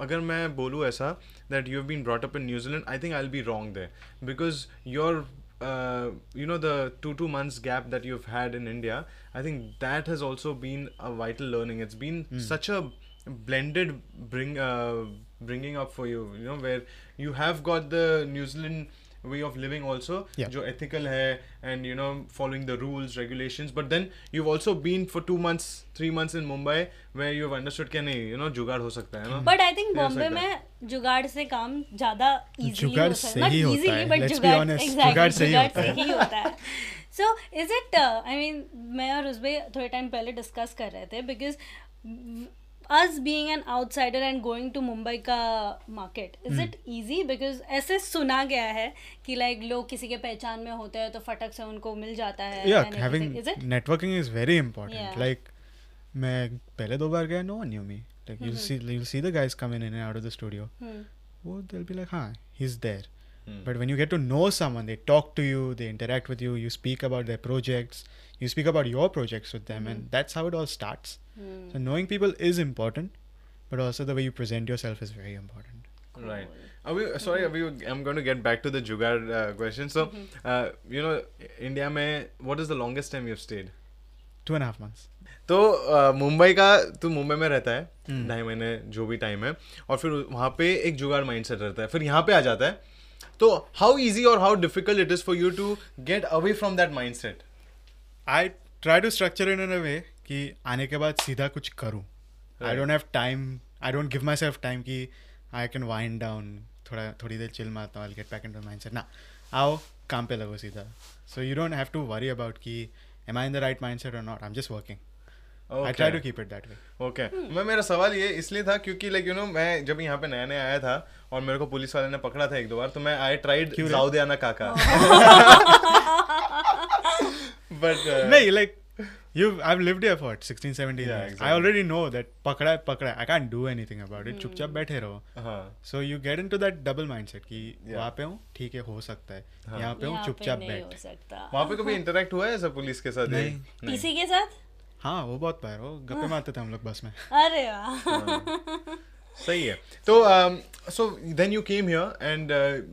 S2: अगर मैं बोलूँ ऐसा that you have been brought up in New Zealand I think I will be wrong they because your uh, you know the two two months gap that you've had in india i think that has also been a vital learning it's been such a blended bring uh, bringing up for you you know where you have got the new zealand way of living also
S3: Yeah.
S2: जो ethical है and you know following the rules regulations but then you've also been for two months three months in Mumbai where you have understood कि नहीं you know jugaad हो सकता है ना
S1: but I think
S2: Yeah,
S1: Bombay
S2: सकता
S1: में जुगाड़ से काम ज्यादा इजीली
S3: जुगाड़ से ही होता है,
S1: बट
S3: let's be
S1: जुगाड़
S3: honest,
S1: exactly,
S3: जुगाड़ से ही
S1: जुगाड़
S3: होता
S1: से
S3: है।
S1: ही होता है so is it I mean uh, मैं और उसबे थोड़े टाइम पहले डिस्कस कर रहे थे because us being an outsider and going to mumbai का market
S3: Hmm.
S1: is it easy because ऐसे सुना गया है कि like लोग किसी के पहचान में होते हैं तो फटक से उनको मिल जाता है
S3: yeah,
S1: and
S3: having
S1: everything. Is it?
S3: networking is very important.
S1: Yeah.
S3: Like, मैं पहले दो बार गया, no one knew me. Like
S1: Mm-hmm.
S3: you'll see, you'll see the guys come in and out of the studio.
S1: Hmm.
S3: Well, they'll be like, "Huh, he's there." But when you get to know someone, they talk to you, they interact with you, you speak about their projects, you speak about your projects with them,
S1: Mm-hmm.
S3: and that's how it all starts.
S1: Hmm.
S3: So knowing people is important, but also the way you present yourself is very important.
S2: right are we sorry are we I'm going to get back to the जुगाड़ uh, question so uh, you know India में what is the longest time you've stayed
S3: Two and a half months.
S2: तो अ, मुंबई का तू मुंबई में रहता है
S3: हम्म।
S2: ढाई महीने जो भी टाइम है और फिर वहाँ पे एक जुगाड़ माइंडसेट रहता है फिर यहाँ पे आ जाता है तो हाउ इजी और how difficult it is for you to get away from that mindset
S3: I try to structure it in a way कि आने के बाद सीधा कुछ करूं I
S2: Right.
S3: Don't have time I don't give myself time कि I can wind down थोड़ा थोड़ी देर चिल मारता हूँ I get back into mindset ना आओ काम पे लगो सीधा so you don't have to worry about कि am I in the right mindset और not I am just working I try to keep it that way
S2: okay
S3: Hmm.
S2: मैं मेरा सवाल ये इसलिए था क्योंकि लाइक यू नो मैं जब यहाँ पे नया नया आया था और मेरे को पुलिस वाले ने पकड़ा था एक दो बार तो मैं आई ट्राइड
S3: क्यों रे?
S2: जाउदियाना काका बट
S3: नहीं like you I have lived here for 16 17
S2: Yeah,
S3: years
S2: exactly. Hmm.
S3: I already know that पकड़ा है पकड़ा है I can't do anything about it चुपचाप बैठे रहो
S2: हाँ
S3: so you get into that double mindset कि
S2: Yeah.
S3: वहाँ पे हूँ ठीक है हो सकता है
S2: हाँ।
S3: यहाँ पे हूँ
S1: यहाँ पे
S3: तो चुपचाप
S1: नहीं हो
S3: बैठ
S1: सकता
S2: वहाँ पे कभी इंटरेक्ट हुआ है ऐसा पुलिस के साथ
S3: नहीं।
S1: टीसी के साथ
S3: हाँ वो बहुत बार वो गप्पे मारते थे हम लोग बस में
S1: अरे वाह
S3: हाँ।
S2: सही है तो so then you came here and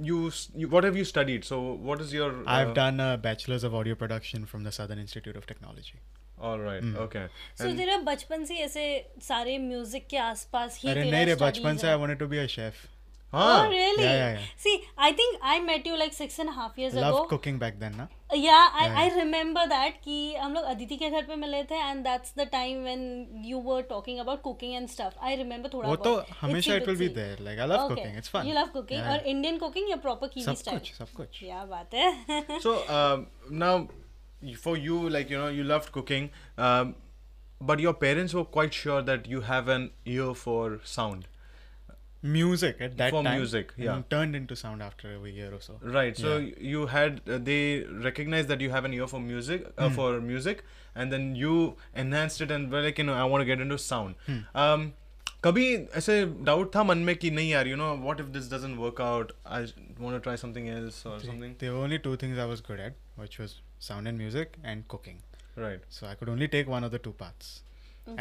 S2: you what have you studied so what is your
S3: I have done a bachelors of audio production from the Southern Institute of Technology
S2: alright okay
S1: so तेरा बचपन से ही ऐसे सारे music के आसपास ही
S3: अरे
S1: तेरा
S3: नहीं रे
S1: studies
S3: बचपन से
S1: है।
S3: I wanted to be a chef
S1: Oh
S2: हां
S1: really?
S3: Yeah, yeah, yeah.
S1: See, I think I met you like six and a half years
S3: love
S1: ago.
S3: Cooking back then ना
S1: Yeah, I
S3: Yeah,
S1: I remember that कि हम लोग अदिति के घर पे मिले थे and that's the time when you were talking about cooking and stuff. I remember थोड़ा
S3: वो
S1: बहुत.
S3: तो
S1: It's
S3: हमेशा
S1: secret
S3: it will be
S1: secret.
S3: There like I love
S1: Okay.
S3: Cooking it's fun
S1: You love cooking और Indian cooking या proper Kiwi
S3: सब
S1: style.
S3: कुछ सब कुछ
S1: क्या बात है.
S2: सो now for you like you know you loved cooking um, but your parents were quite sure that you have an ear for sound
S3: music at that
S2: For
S3: time
S2: music, yeah.
S3: Turned into sound after a year और so
S2: Right. So you had uh, they recognized that you have an ear for music uh, for music, and then you enhanced it and were like, you know, I want to get into sound. Um, कभी ऐसे doubt था मन में कि नहीं यार you know what if this doesn't work out I want to try something else और something
S3: there were only two things I was good at, which was sound and music and cooking.
S2: Right
S3: So I could only take one of the two paths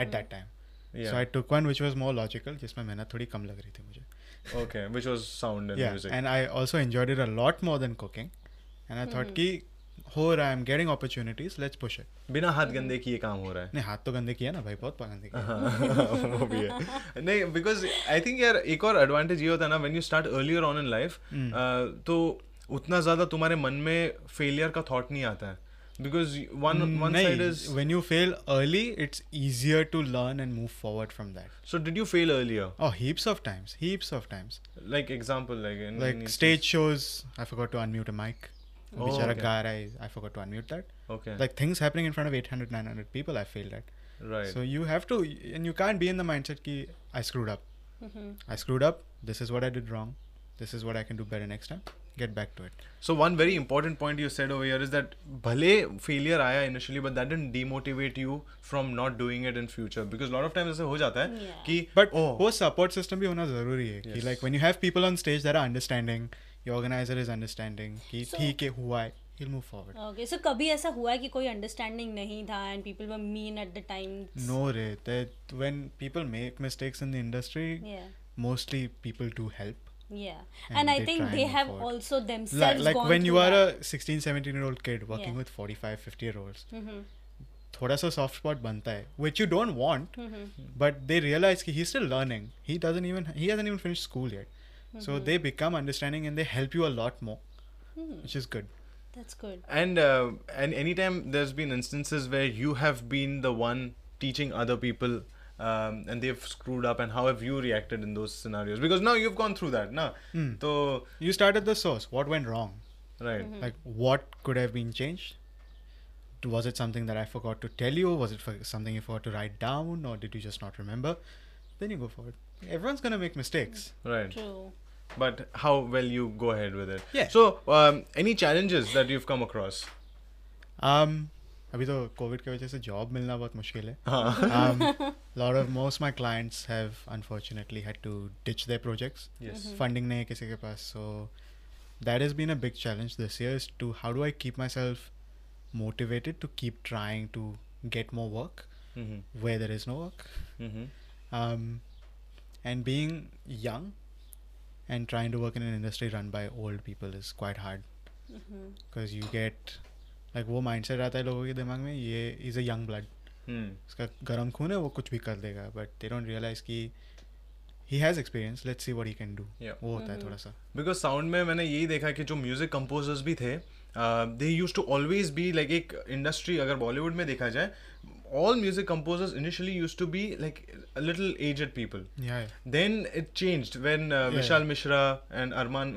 S3: at that time. So
S2: Yeah.
S3: I took one which was more logical, जिसमें मेहनत थोड़ी कम लग रही थी मुझे.
S2: Okay which was sound and
S3: yeah,
S2: music
S3: and I also enjoyed it a lot more than cooking. And I thought कि हो रहा है, I'm getting opportunities, let's push it.
S2: बिना हाथ गंदे किए काम हो रहा है
S3: नहीं हाथ तो गंदे किया ना भाई बहुत गंदे किया.
S2: Uh-huh. वो भी है नहीं बिकॉज आई थिंक यार एक और एडवांटेज ये होता है ना when you start earlier on in life
S3: Hmm.
S2: तो उतना ज्यादा तुम्हारे मन में फेलियर का थॉट नहीं आता है because one one side is
S3: Mm, Hmm, नहीं, when you fail early, it's easier to learn and move forward from that.
S2: So did you fail earlier
S3: Oh, heaps of times, heaps of times.
S2: Like example like in
S3: like stage shows i forgot to unmute a mic
S2: Oh,
S3: Bichara
S2: okay.
S3: gaar, I, I forgot to unmute that
S2: okay
S3: like things happening in front of 800 900 people i failed at so
S2: right
S3: you have to and you can't be in the mindset ki i screwed up
S1: Mm-hmm.
S3: i screwed up this is what i did wrong this is what i can do better next time get back to it
S2: so one very important point you said over here is that भले failure आया initially but that didn't demotivate you from not doing it in future because lot of times ऐसे हो जाता है
S1: Yeah.
S2: कि
S3: but
S2: oh,
S3: वो support system भी होना जरूरी है कि
S2: Yes.
S3: like when you have people on stage that are understanding your organizer is understanding कि
S1: So-
S3: ठीक है हुआ है he'll move forward.
S1: Okay so कभी ऐसा हुआ है कि कोई अंडरस्टैंडिंग नहीं था and people were mean at the time
S3: No, Ray, that when people make mistakes in the industry,
S1: yeah
S3: mostly people do help.
S1: yeah
S3: And
S1: and i
S3: they
S1: think
S3: try
S1: they
S3: and
S1: have
S3: afford.
S1: also
S3: Like,
S1: themselves
S3: like
S1: gone
S3: when you
S1: through
S3: are
S1: that.
S3: a 16, 17 year old kid working
S1: Yeah.
S3: with 45, 50 year olds,
S1: Mhm.
S3: थोड़ा सा soft spot बनता है which you don't want
S1: Mm-hmm.
S3: But they realise कि he still learning he doesn't even he hasn't even finish school yet so they become understanding and they help you a lot more which is good
S1: that's good
S2: And uh, and anytime there's been instances where you have been the one teaching other people. Um, and they've screwed up, and how have you reacted in those scenarios? Because now you've gone through that, na. So,
S3: you start at the source what went wrong
S2: right.
S3: Like what could have been changed was it something that i forgot to tell you was it for something you forgot to write down or did you just not remember then you go forward everyone's going to make mistakes
S2: Right.
S1: true
S2: But how well you go ahead with it.
S3: Yeah.
S2: So, um, any challenges that you've come across?
S3: um अभी तो Covid की वजह से job मिलना बहुत मुश्किल है
S2: Huh.
S3: um, lot of most my clients have unfortunately had to ditch their projects
S2: Yes.
S3: funding nahi hai kisi ke paas so that has been a big challenge this year is to how do i keep myself motivated to keep trying to get more work
S2: Mm-hmm.
S3: where there is no work
S2: Mm-hmm.
S3: um, and being young and trying to work in an industry run by old people is quite hard
S1: mm-hmm.
S3: because you get like वो mindset आता है लोगों के दिमाग में ये is a young blood
S2: Hmm.
S3: उसका गर्म खून है वो कुछ भी कर देगा बट दे डोंट रियलाइज कि he has experience let's see what he can do
S2: Yeah.
S3: वो होता है थोड़ा सा
S2: बिकॉज साउंड में मैंने यही देखा कि जो म्यूजिक कंपोजर्स भी थे uh, they use to always be like एक इंडस्ट्री अगर बॉलीवुड में देखा जाए all music composers initially use to be like little aged people
S3: या
S2: then it changed when Vishal Mishra and Armaan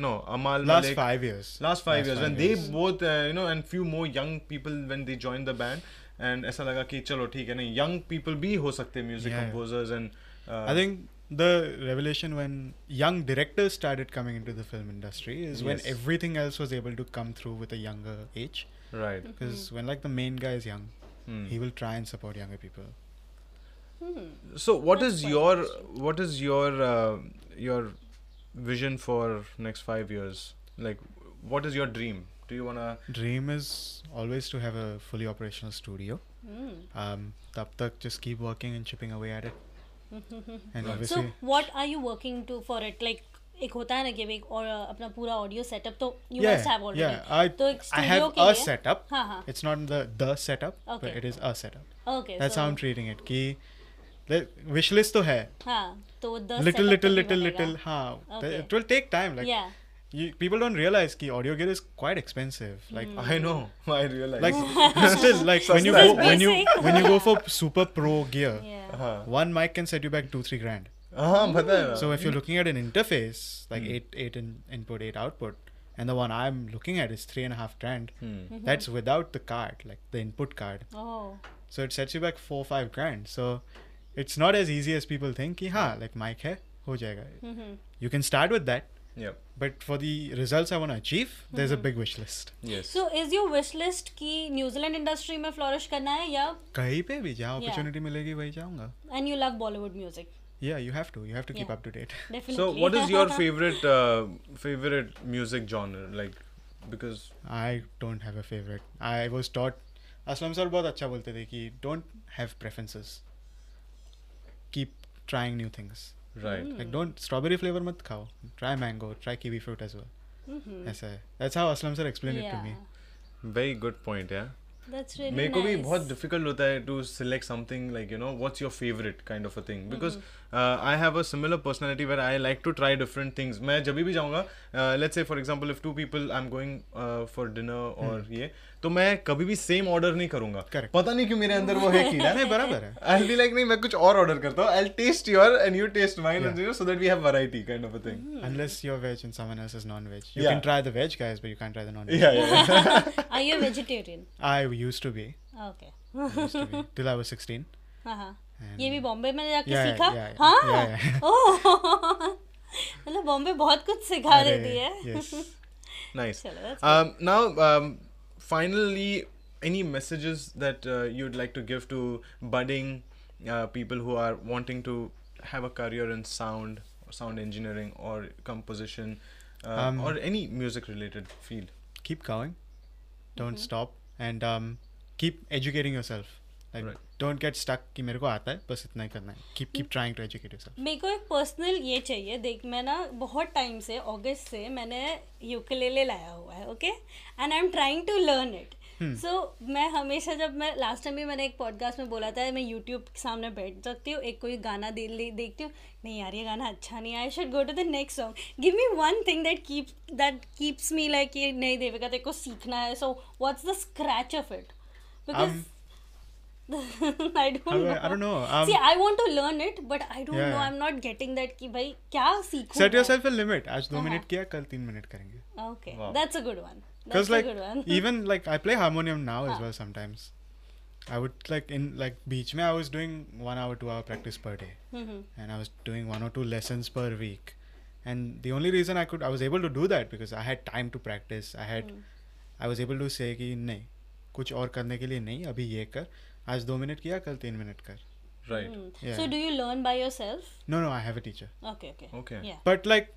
S2: no Amaal
S3: last five years
S2: last five years when they both uh, you know and few more young people when they joined the band and ऐसा लगा कि चलो ठीक है ना young people भी हो सकते हैं music
S3: Yeah.
S2: composers and uh,
S3: I think the revelation when young directors started coming into the film industry is when
S2: Yes.
S3: everything else was able to come through with a younger age
S2: right
S3: because when like the main guy is young
S2: Hmm.
S3: he will try and support younger people
S2: so what
S1: That's
S2: is
S1: quite
S2: your what is your uh, your vision for next five years like what is your dream do you wanna
S3: dream is always to have a fully operational studio
S1: Mm.
S3: um tab tak just keep working and chipping away at it and
S1: so
S3: obviously
S1: what are you working to for it like एक होता है ना कि भाई और uh, अपना पूरा audio setup तो you must have
S3: yeah. I,
S1: already तो एक
S3: I
S1: स्टूडियो
S3: have
S1: के
S3: a
S1: लिए
S3: setup.
S1: हाँ हाँ
S3: It's not the the setup, but
S1: Okay.
S3: it is a setup.
S1: Okay
S3: That's how I'm treating it. कि like, wish list तो है.
S1: हाँ तो वो दस
S3: Little,
S1: setup
S3: little,
S1: तक ही
S3: little,
S1: बनेगा।
S3: little. हाँ. th-
S1: Okay.
S3: It will take time. Like
S1: yeah
S3: you, people don't realize कि audio gear is quite expensive. Like
S1: Hmm.
S2: I know I realize
S3: like still like when you go
S1: Suspect.
S3: when you
S1: Basic.
S3: when you go for super pro gear,
S1: yeah
S2: हाँ
S3: one mic can set you back two three grand.
S2: हाँ पता है ना
S3: So if you're looking at an interface like eight eight in, input eight output, and the one I'm looking at is three and a half grand.
S2: Hmm.
S1: Mm-hmm.
S3: That's without the card, like the input card.
S1: oh
S3: So it sets you back four five grand. So it's not as easy as people think. Ki, ha, like mic hai, ho jayega.
S1: Mhm.
S3: You can start with that,
S2: yep
S3: but for the results I want to achieve, there's
S1: Hmm.
S3: a big wish list.
S2: yes
S1: so is your wish list कि New Zealand industry में flourish करना है या
S3: कहीं पे भी जहाँ
S1: Yeah.
S3: opportunity मिलेगी वही जाऊँगा.
S1: And you love Bollywood music
S3: Yeah, you have to. You have to keep
S1: Yeah.
S3: up to date.
S2: so
S1: definitely
S2: what is your favorite uh, favorite music genre like because
S3: I don't have a favorite. I was taught Aslam sir बहुत अच्छा बोलते थे कि don't have preferences. Keep trying new things.
S2: right
S1: Hmm.
S3: Like don't strawberry flavor मत खाओ. Try mango. Try kiwi fruit as well. ऐसा है. That's how Aslam sir explained it to me.
S2: Very good point, yeah.
S1: That's really
S2: मेरे को भी बहुत difficult होता है to select something like you know what's your favourite kind of a thing because I have a similar personality where I like to try different things मैं जब भी uh, जाऊँगा let's say for example if two people I am going for dinner और ये तो मैं कभी भी सेम ऑर्डर नहीं करूंगा
S3: Hmm. Correct.
S2: पता नहीं क्यों मेरे अंदर वो है कीड़ा
S3: नहीं बराबर है.
S2: आई बी लाइक नहीं मैं कुछ और ऑर्डर करता हूँ I taste your and you taste mine
S3: Yeah.
S2: And so that we have variety kind of a thing
S3: Unless you're veg and someone else is non-veg. You
S2: Yeah.
S3: can try the veg guys, but you can't try the non-veg.
S2: या या
S1: are you vegetarian
S3: I used to be.
S1: Okay
S3: Used to be till I was 16.
S1: हाँ हाँ
S3: And
S1: ये भी बॉम्बे में जाके
S3: Yeah, yeah,
S1: सीखा
S3: yeah, yeah.
S1: हाँ
S3: Yeah, yeah.
S1: ओह मतलब बॉम्बे बहुत कुछ सिखा
S3: अरे,
S1: देती है
S3: yes.
S2: Nice.
S1: Sure, that's
S2: Um, now, um, finally, any messages that uh, you'd like to give to budding uh, people who are wanting to have a career in sound, sound engineering, or composition, uh,
S3: Um,
S2: or any music-related field?
S3: Keep going. don't
S1: Mm-hmm.
S3: stop and um, keep educating yourself like
S2: Right.
S3: don't get stuck कि मेरे को आता है बस इतना ही करना है keep
S1: Hmm.
S3: keep trying to educate yourself
S1: मेरे को एक पर्सनल ये चाहिए देख मैं ना बहुत टाइम से अगस्त से मैंने यूकेलेले लाया हुआ है okay and I am trying to learn it so मैं हमेशा जब मैं लास्ट टाइम भी मैंने एक पॉडकास्ट में बोला था मैं यूट्यूब के सामने बैठ सकती हूँ एक कोई गाना दे, ले- देखती हूँ नहीं यार ये गाना अच्छा नहीं I should go to the next song give me one thing that keep that keeps me like ये नहीं देवेगा तेरे को सीखना है so what's the scratch of it
S3: Um,
S1: because I don't
S3: How do
S1: know.
S3: I- I don't know. Um,
S1: See, I want to learn it, but I don't
S3: Yeah,
S1: know.
S3: yeah.
S1: I'm not getting that. कि भाई क्या सीखूं
S3: set
S1: मैं?
S3: yourself a limit आज दो minute किया कल तीन मिनट करेंगे
S1: Okay, Uh-huh. that's a good one.
S3: because
S1: That's
S3: like
S1: a good one. Ah.
S3: even like I play harmonium now as well sometimes. I would like in like beach me I was doing one hour two hour practice per day,
S1: Hmm.
S3: and I was doing one or two lessons per week, and the only reason I could I was able to do that because I had time to practice. I had
S1: Hmm.
S3: I was able to say कि नहीं कुछ और करने के लिए नहीं अभी ये कर आज दो मिनट किया कल तीन मिनट कर.
S2: Right.
S1: Hmm.
S3: Yeah.
S1: So, do you learn by yourself?
S3: No no I have a teacher,
S1: Okay, okay.
S2: Okay.
S1: Yeah.
S3: but like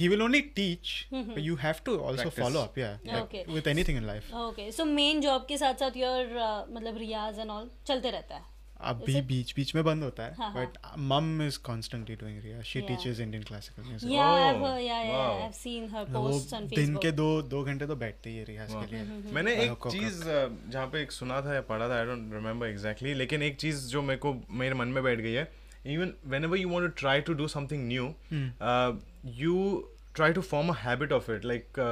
S3: he will only teach, but you have to also
S2: Practice.
S3: follow up. Yeah.
S1: Yeah,
S3: like,
S1: Hmm, okay.
S3: With anything in life.
S1: Okay. So, main job के साथ साथ your uh, मतलब रियाज and all चलते रहता है.
S3: अब भी बीच बीच में बंद होता है
S1: हाँ, हाँ.
S3: But mum is constantly doing Riya she
S1: Yeah.
S3: Teaches Indian classical music
S1: Yeah, I've,
S2: Oh,
S1: uh, yeah, yeah,
S2: wow.
S1: yeah. I've seen her
S3: वो
S1: posts on
S3: दिन के
S1: Facebook. Mm-hmm.
S3: दो दो घंटे तो बैठते ही है रियाज के लिए
S2: मैंने
S3: I
S2: एक
S3: hope cock
S2: चीज अ, जहाँ पे एक सुना था या पढ़ा था आई डोंट रिमेम्बर एग्जैक्टली लेकिन एक चीज जो मेरे को मेरे मन में बैठ गई है even when ever you want to try to do something new
S3: hmm.
S2: You try to form a habit of it like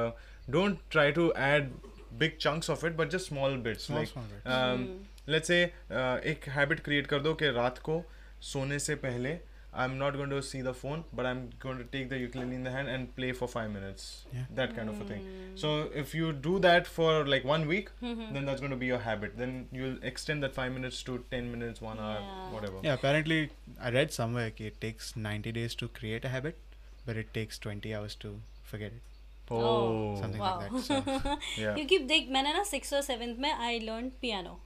S2: don't try to add big chunks of it but just small bits
S3: Small, small bits.
S2: Like
S1: Hmm.
S2: Let's say uh, एक habit create कर दो कि रात को सोने से पहले I am not going to see the phone but I am going to take the ukulele in the hand and play for 5 minutes
S3: Yeah.
S2: that kind of a thing
S1: Hmm.
S2: so if you do that for like one week then that's going to be your habit then you'll extend that 5 minutes to 10 minutes 1 hour
S1: Yeah.
S2: whatever
S3: या apparently I read somewhere कि it takes 90 days to create a habit but it takes 20 hours to forget it
S1: Oh.
S3: something
S1: Wow.
S3: like that so
S2: Yeah.
S1: क्योंकि देख मैंने ना six और seventh में I learn piano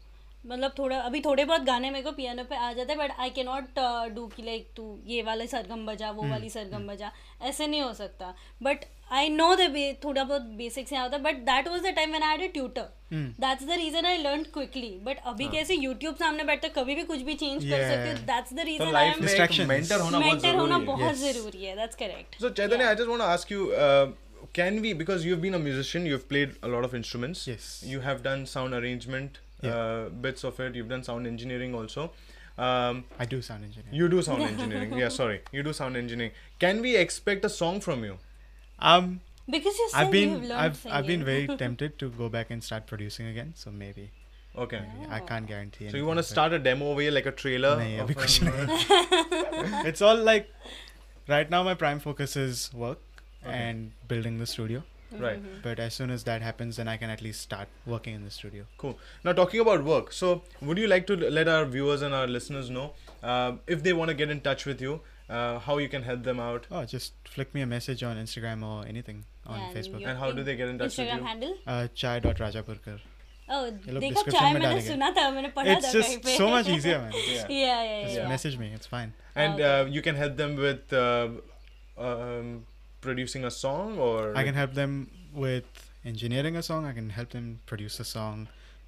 S1: मतलब थोड़ा अभी थोड़े बहुत गाने मेरे को पियानो पे आ जाते हैं बट आई के नॉट डू uh, कि लाइक तू ये वाले सरगम बजा
S3: हम्म,
S1: वो वाली सरगम बजा ऐसे नहीं हो सकता बट आई नो द थोड़ा बहुत बेसिक्स यहाँ होता है but that was the time man I had a tutor
S3: hmm.
S1: That's the reason I learn quickly but अभी कैसे यूट्यूब सामने बैठते कभी भी कुछ भी चेंज कर
S3: हाँ। Yeah.
S1: सकते हो दैट्स द
S2: तो
S1: रीजन आई
S2: लाइफ में
S1: एम
S2: एक
S3: Distractions.
S2: मेंटर होना बहुत
S1: मेंटर होना
S2: जरूरी
S1: बहुत
S2: है
S3: Yes.
S1: जरूरी है that's correct
S2: So Chaitanya, I just want to ask you, uh, can we because you've been a musician, you've played a lot of instruments.
S3: Yes.
S2: You have done sound arrangement uh, bits of it. You've done sound engineering also. Um,
S3: i do sound engineer
S2: you do sound engineering. Yeah, sorry, you do sound engineering. Can we expect a song from you?
S3: um
S1: because you
S3: i've
S1: you
S3: been
S1: learn
S3: i've i've been very tempted to go back and start producing again so maybe
S2: Okay.
S1: Oh.
S3: i can't guarantee
S2: So you
S3: anything,
S2: want to
S3: but-
S2: start a demo over here, like a trailer?
S3: नहीं,
S2: of
S3: अभी
S2: a-
S3: कुछ नहीं। it's all like right now my prime focus is work and building the studio
S2: Right.
S3: but as soon as that happens then i can at least start working in the studio
S2: Cool. Now talking about work, so would you like to l- let our viewers and our listeners know uh, if they want to get in touch with you, uh, how you can help them out,
S3: oh just flick me a message on instagram or anything on
S1: And
S3: facebook
S1: you-
S2: and how do they get in touch with
S1: Instagram
S2: you?
S1: handle
S3: uh, chai.rajapurkar
S1: Oh,
S3: लोग
S1: देखा
S3: description
S1: चाय
S3: में
S1: मैंने
S3: डालेंगे।
S1: सुना था मैंने पढ़ा था
S3: it's just so much easier man
S2: Yeah.
S1: Yeah yeah
S3: just
S1: yeah
S3: message me it's fine
S2: And
S1: Okay.
S2: uh, you can help them with uh, um, producing a song or.
S3: i can help them with engineering a song i can help them produce a song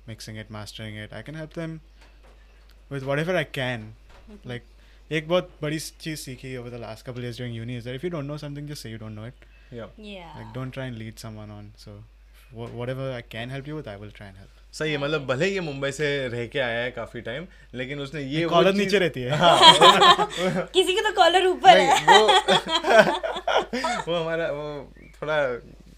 S3: mixing it mastering it i can help them with whatever i can like एक बहुत बड़ी चीज़ सीखी over the last couple years during uni is that if you don't know something just say you don't know it
S2: Yeah.
S1: Ah.
S3: like don't try and lead someone on so wh- whatever i can help you with i will try and help
S2: सही है मतलब भले ही ये मुंबई से रह के आया है काफी टाइम लेकिन उसने ये वो
S3: कॉलर
S2: चीज़- हाँ,
S3: नीचे रहती है
S1: किसी की तो कॉलर ऊपर है
S2: नहीं, वो वो हमारा वो थोड़ा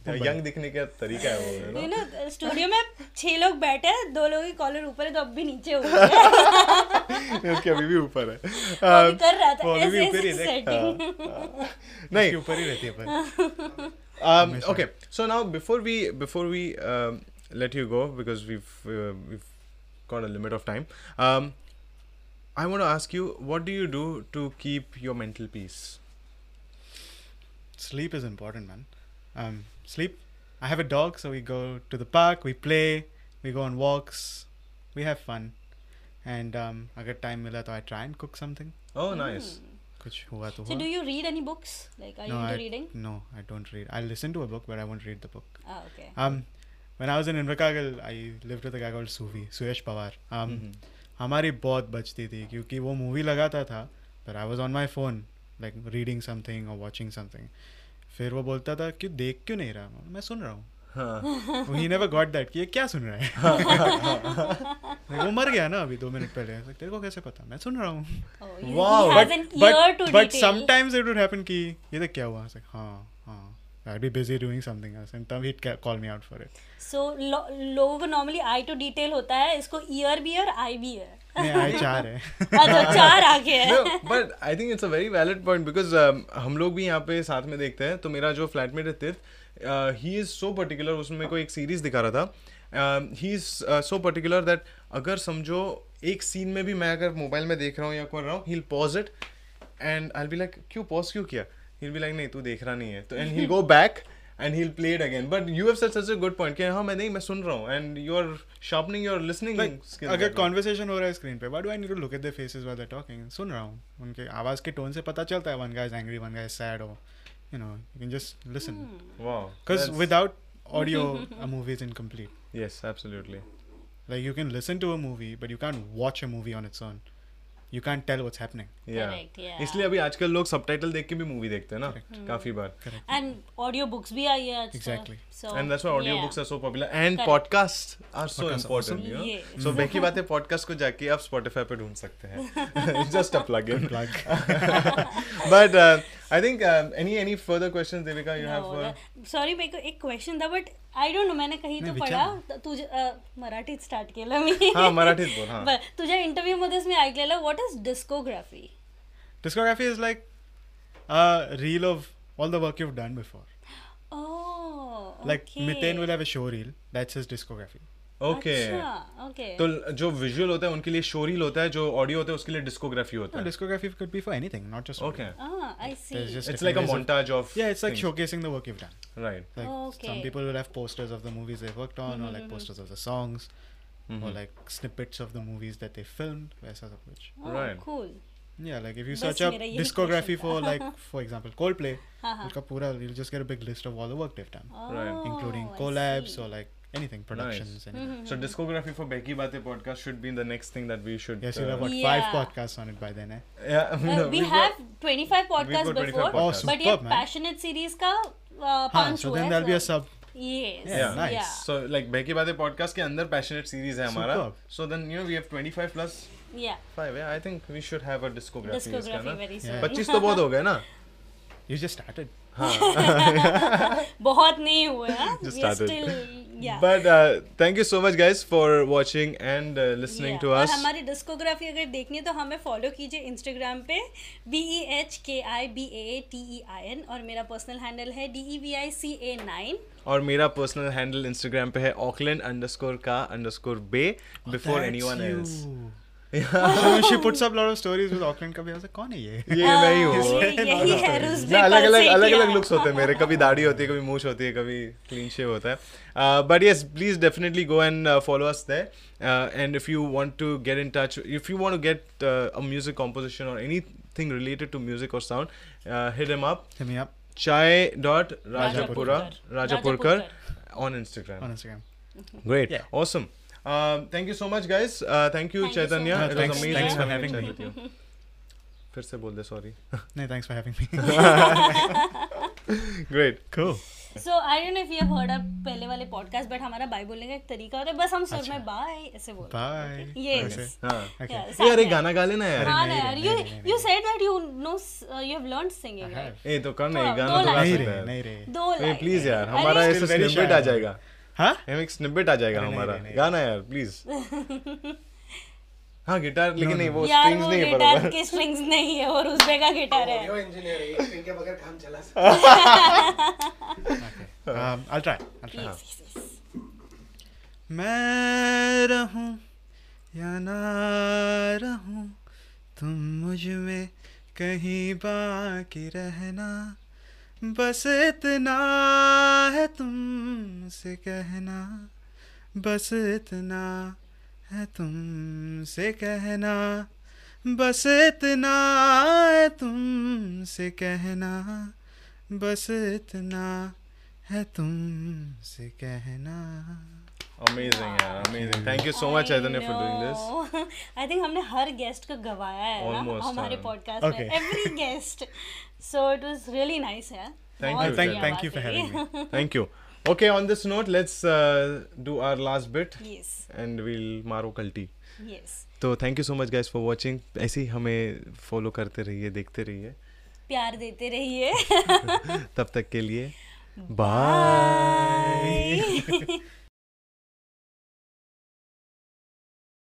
S3: मुंबई।
S2: यंग दिखने का तरीका है वो you know?
S1: You know studio में छह लोग बैठे हैं दो लोगों की कॉलर ऊपर है तो अब भी नीचे हो गई है।
S2: उसके अभी भी ऊपर है
S1: वो भी कर रहा
S3: वो
S1: था
S3: अभी तो-
S1: ऐसे
S3: भी ऊपर ही
S1: ऐसे
S3: है, देख।
S1: सेटिंग
S2: नहीं
S3: उसके ऊपर ही रहती है पर
S2: Um, okay, so now before we before we um, let you go because we've uh, we've got a limit of time. Um, I want to ask you, what do you do to keep your mental peace?
S3: sleep is important man um sleep i have a dog so we go to the park we play we go on walks we have fun and um अगर time मिला तो i try and cook something
S2: Oh, nice.
S3: कुछ हुआ तो
S1: so
S3: हुआ
S1: do you read any books like are you
S3: no
S1: into
S3: i
S1: reading Ah,
S3: no i don't read i listen to a book but i won't read the book
S1: okay
S3: um when I was in Invercargill, I lived with a guy called Suvi, Suyesh Pawar. Um,
S1: Mm-hmm.
S3: हमारी बहुत बचती थी क्योंकि वो movie लगाता था पर I was on my phone like reading something और वॉचिंग समथिंग फिर वो बोलता था कि देख क्यों नहीं रहा मैं- मैं सुन रहा हूँ
S2: हाँ
S3: ही नेवर गॉट दैट कि ये क्या सुन रहा है Like, वो मर गया ना अभी दो मिनट पहले Like, तेरे को कैसे पता मैं सुन रहा हूँ
S1: Oh, he,
S2: Wow.
S1: he has an ear to
S3: but
S1: detail.
S3: sometimes it would happen कि ये देख क्या हुआ I was like, हाँ हाँ I'd be busy doing something else and तब he'd ca- call me out for it
S1: so लोगों को नॉर्मली आई टू डिटेल होता है इसको ईयर भी ईयर आई भी ईयर
S3: नहीं आई चार है
S1: अच्छा चार आ गए हैं
S2: but I think it's a very valid point because um, हम लोग भी यहाँ पे साथ में देखते हैं तो मेरा जो फ्लैटमेट है uh, Tirth he is so particular उसमें मेरे को एक सीरीज दिखा रहा था Um, he is so particular that अगर समझो एक सीन में भी मैं अगर मोबाइल में देख रहा हूँ या कर रहा हूँ he pause it and I be like क्यों पॉज क्यों किया ही बी लाइक नहीं तू देख रहा नहीं है तो and he go back and he play it again but you have such such a good point कि हाँ मैं नहीं मैं सुन रहा हूँ and you are sharpening your listening
S3: अगर कॉन्वर्सेशन हो रहा है स्क्रीन पे what do I need to look at their faces while they talking सुन रहा हूँ उनके आवाज के टोन से पता चलता है one guy is angry one guy is sad और you know you can just listen
S2: Hmm.
S3: Because
S2: wow
S3: without audio a movie is incomplete
S2: yes absolutely
S3: like you can listen to a movie but you can watch a movie on its own you can tell what's happening
S2: Yeah.
S1: Correct, yeah. Hmm.
S2: इसलिए अभी आजकल लोग subtitle देख के भी movie देखते हैं ना काफी बार
S1: एंड ऑडियो बुक्स भी आई है
S3: Exactly.
S1: So
S2: and that's why audio books are so popular and
S1: Correct.
S2: Podcast are so
S3: Podcasts are
S2: important you
S1: Yes.
S2: No so Beki बातें पॉडकास्ट को जाके आप Spotify पे ढूंढ सकते हैं just a plug in
S3: Plug.
S2: But I think any any further questions Devika you have
S1: sorry मेरे को एक क्वेश्चन था बट आई डोंट नो मैंने कहीं तो
S3: नाही,
S1: पडा
S3: विचार
S1: तुझे अ, मराठीत स्टार्ट केलं मी
S2: हां मराठीत हाँ, बोल हां
S1: बरं, तुझ्या इंटरव्ह्यू मध्येच मी ऐकलेलं what is discography
S3: Discography is like a reel of all the work you've done before.
S1: Oh
S3: Like Mithane will have a show reel. That's his discography.
S2: Okay
S1: अच्छा, ओके
S2: तो जो विजुअल होता है उनके लिए शोरील होता है जो ऑडियो होता है उसके लिए डिस्कोग्राफी होता
S3: No,
S2: है
S3: discography could be for anything, not just
S2: okay
S1: I
S3: There's
S1: see
S3: just
S2: it's
S3: different
S2: like a
S3: ways of-
S2: montage of
S3: Yeah, it's like showcasing the work you've done.
S2: Right
S1: Oh, Okay.
S3: Like
S1: Mm-hmm,
S3: some people will have posters of the movies they've worked on, or like posters of the songs,
S2: Mm-hmm.
S3: or like snippets of the movies that they filmed. Whereas of which,
S2: Right.
S1: Oh, cool
S3: yeah, like if you
S1: बस
S3: search up
S1: मेरा यही
S3: discography
S1: question
S3: for like, for example, Coldplay,
S1: हाँ, हाँ.
S3: उनका पूरा- you'll just get a big list of all the work they've done,
S2: Right.
S3: including
S1: Oh, I
S3: collabs
S1: see. Mm-hmm.
S3: or like anything productions. anything.
S2: So
S1: Hmm.
S2: discography for Becky Bate podcast should be the next thing that we should.
S3: Yes, you'll have
S2: uh,
S3: what
S1: Yeah.
S3: five podcasts on it by then. Eh?
S2: yeah,
S1: Uh,
S2: no,
S1: we
S2: we've
S1: have
S2: got-
S1: 25 podcasts
S2: got 25
S1: before
S2: podcasts.
S1: but
S3: Oh,
S1: ये
S3: superb, man.
S1: passionate series का uh,
S3: Huh,
S1: पांच
S3: so
S1: हुआ
S3: then
S1: है,
S3: there'll be a
S1: so-
S3: sub.
S1: yes
S3: Yeah, nice.
S2: So like Becky Bate podcast के अंदर passionate series है हमारा.
S3: Superb.
S2: So then you know we have 25 plus
S1: yeah yeah
S2: five. Yeah, I think we should have a discography. इसका
S1: discography
S2: ना.
S1: very
S3: Yeah.
S1: soon
S2: 25 तो बहुत हो गए ना.
S3: You just started.
S1: बहुत नहीं हुए हाँ?
S2: Just
S1: We are
S2: started.
S1: still yeah
S2: But uh, thank you so much guys for watching and uh, listening
S1: Yeah.
S2: to
S1: और
S2: us.
S1: हमारी डिस्कोग्राफी अगर देखनी है तो हमें फॉलो कीजिए इंस्टाग्राम पे E B E H K I B A T E I N E और मेरा पर्सनल हैंडल है E D E V I C A nine
S2: और मेरा पर्सनल हैंडल इंस्टाग्राम पे है auckland underscore का underscore bay before
S3: Oh, That's
S2: anyone else.
S3: you. So she puts up a lot of stories with Auckland कभी I was like कौन है ये?
S2: ये
S1: Uh,
S2: मैं ही हूँ.
S1: यही है रुजबे
S2: ना अलग अलग
S1: Palsate
S2: अलग अलग
S1: या-
S2: लुक्स होते हैं मेरे कभी दाढ़ी होती है कभी मूछ होती है कभी क्लीन शेव होता है Uh, but yes please definitely go and follow us there and if you want to get in touch if you want to get a music composition और एनीथिंग रिलेटेड टू म्यूजिक और sound hit him up
S3: Hit me up
S2: chai dot rajapura
S1: Rajapurkar.
S2: rajapurkar on instagram
S3: on Instagram.
S2: great
S3: Yeah.
S2: awesome um, thank you so much guys uh, thank you
S1: Thank you so
S2: chaitanya
S1: much.
S2: it
S3: Thanks-
S2: was amazing
S3: thanks for
S2: having a
S3: having
S2: chat with you. फिर से बोल दे sorry
S3: No, thanks for having me.
S2: Great
S3: cool.
S1: So I don't know if you have heard पहले वाले podcast but हमारा bye बोलने का एक तरीका होता है बस हम सुर में
S2: अच्छा।
S1: बाय ऐसे बोलते
S3: Bye. Okay.
S1: यस
S2: हाँ
S3: Okay.
S2: ये अरे गाना गा लेना यार
S1: हाँ ना
S3: नहीं
S1: यार
S3: रे,
S1: यू
S3: नहीं रे, नहीं
S1: you said that you know you have learn singing
S3: have.
S1: Right
S2: ए तो कर नहीं
S1: हाँ,
S2: गाना
S1: दो
S2: तो गा
S1: लाइन।
S3: नहीं
S2: सकता
S3: रे
S2: है
S3: नहीं रे.
S1: दो
S2: ए
S1: लाइन
S2: प्लीज यार हमारा
S1: अरे,
S2: ऐसे
S3: Still very shy
S2: स्निपेट आ
S3: हूँ।
S2: जाएगा
S3: हाँ?
S2: हम एक snippet आ जाएगा
S3: नहीं,
S2: हमारा
S3: नहीं, नहीं।
S2: गाना यार प्लीज हाँ गिटार लेकिन नहीं वो
S1: यार वो गिटार
S2: स्ट्रिंग्स नहीं है हाँ। बराबर
S1: के स्ट्रिंग्स नहीं है और रुजबे का गिटार है
S4: ऑडियो इंजीनियर है एक string के बगैर काम चला सकता है।
S3: Um, I'll try. I'll try.
S1: Yes, yes, yes.
S3: मैं रहूं या ना रहूं तुम मुझ में कहीं बाकी रहना बस इतना है तुमसे कहना बस इतना है तुमसे कहना बस इतना है तुमसे कहना बस इतना है तुमसे कहना
S2: amazing yeah amazing thank you so much Aitanya for doing this
S1: I think हमने हर गेस्ट को गवाया है ना
S2: Almost,
S1: हमारे
S2: हाँ.
S1: पॉडकास्ट में
S3: Okay.
S1: Every guest so it was really nice है
S2: Thank
S1: बहुत
S2: you, thank-
S1: बढ़िया
S3: thank
S1: बात
S3: you for
S1: लगी।
S3: having
S2: thank you okay on this note let's uh, do our last bit
S1: yes
S2: and we'll maro kalti
S1: yes
S2: तो thank you so much guys for watching ऐसे ही हमें follow करते रहिए देखते रहिए
S1: प्यार देते रहिए
S2: तब तक के लिए बाय
S1: Bye.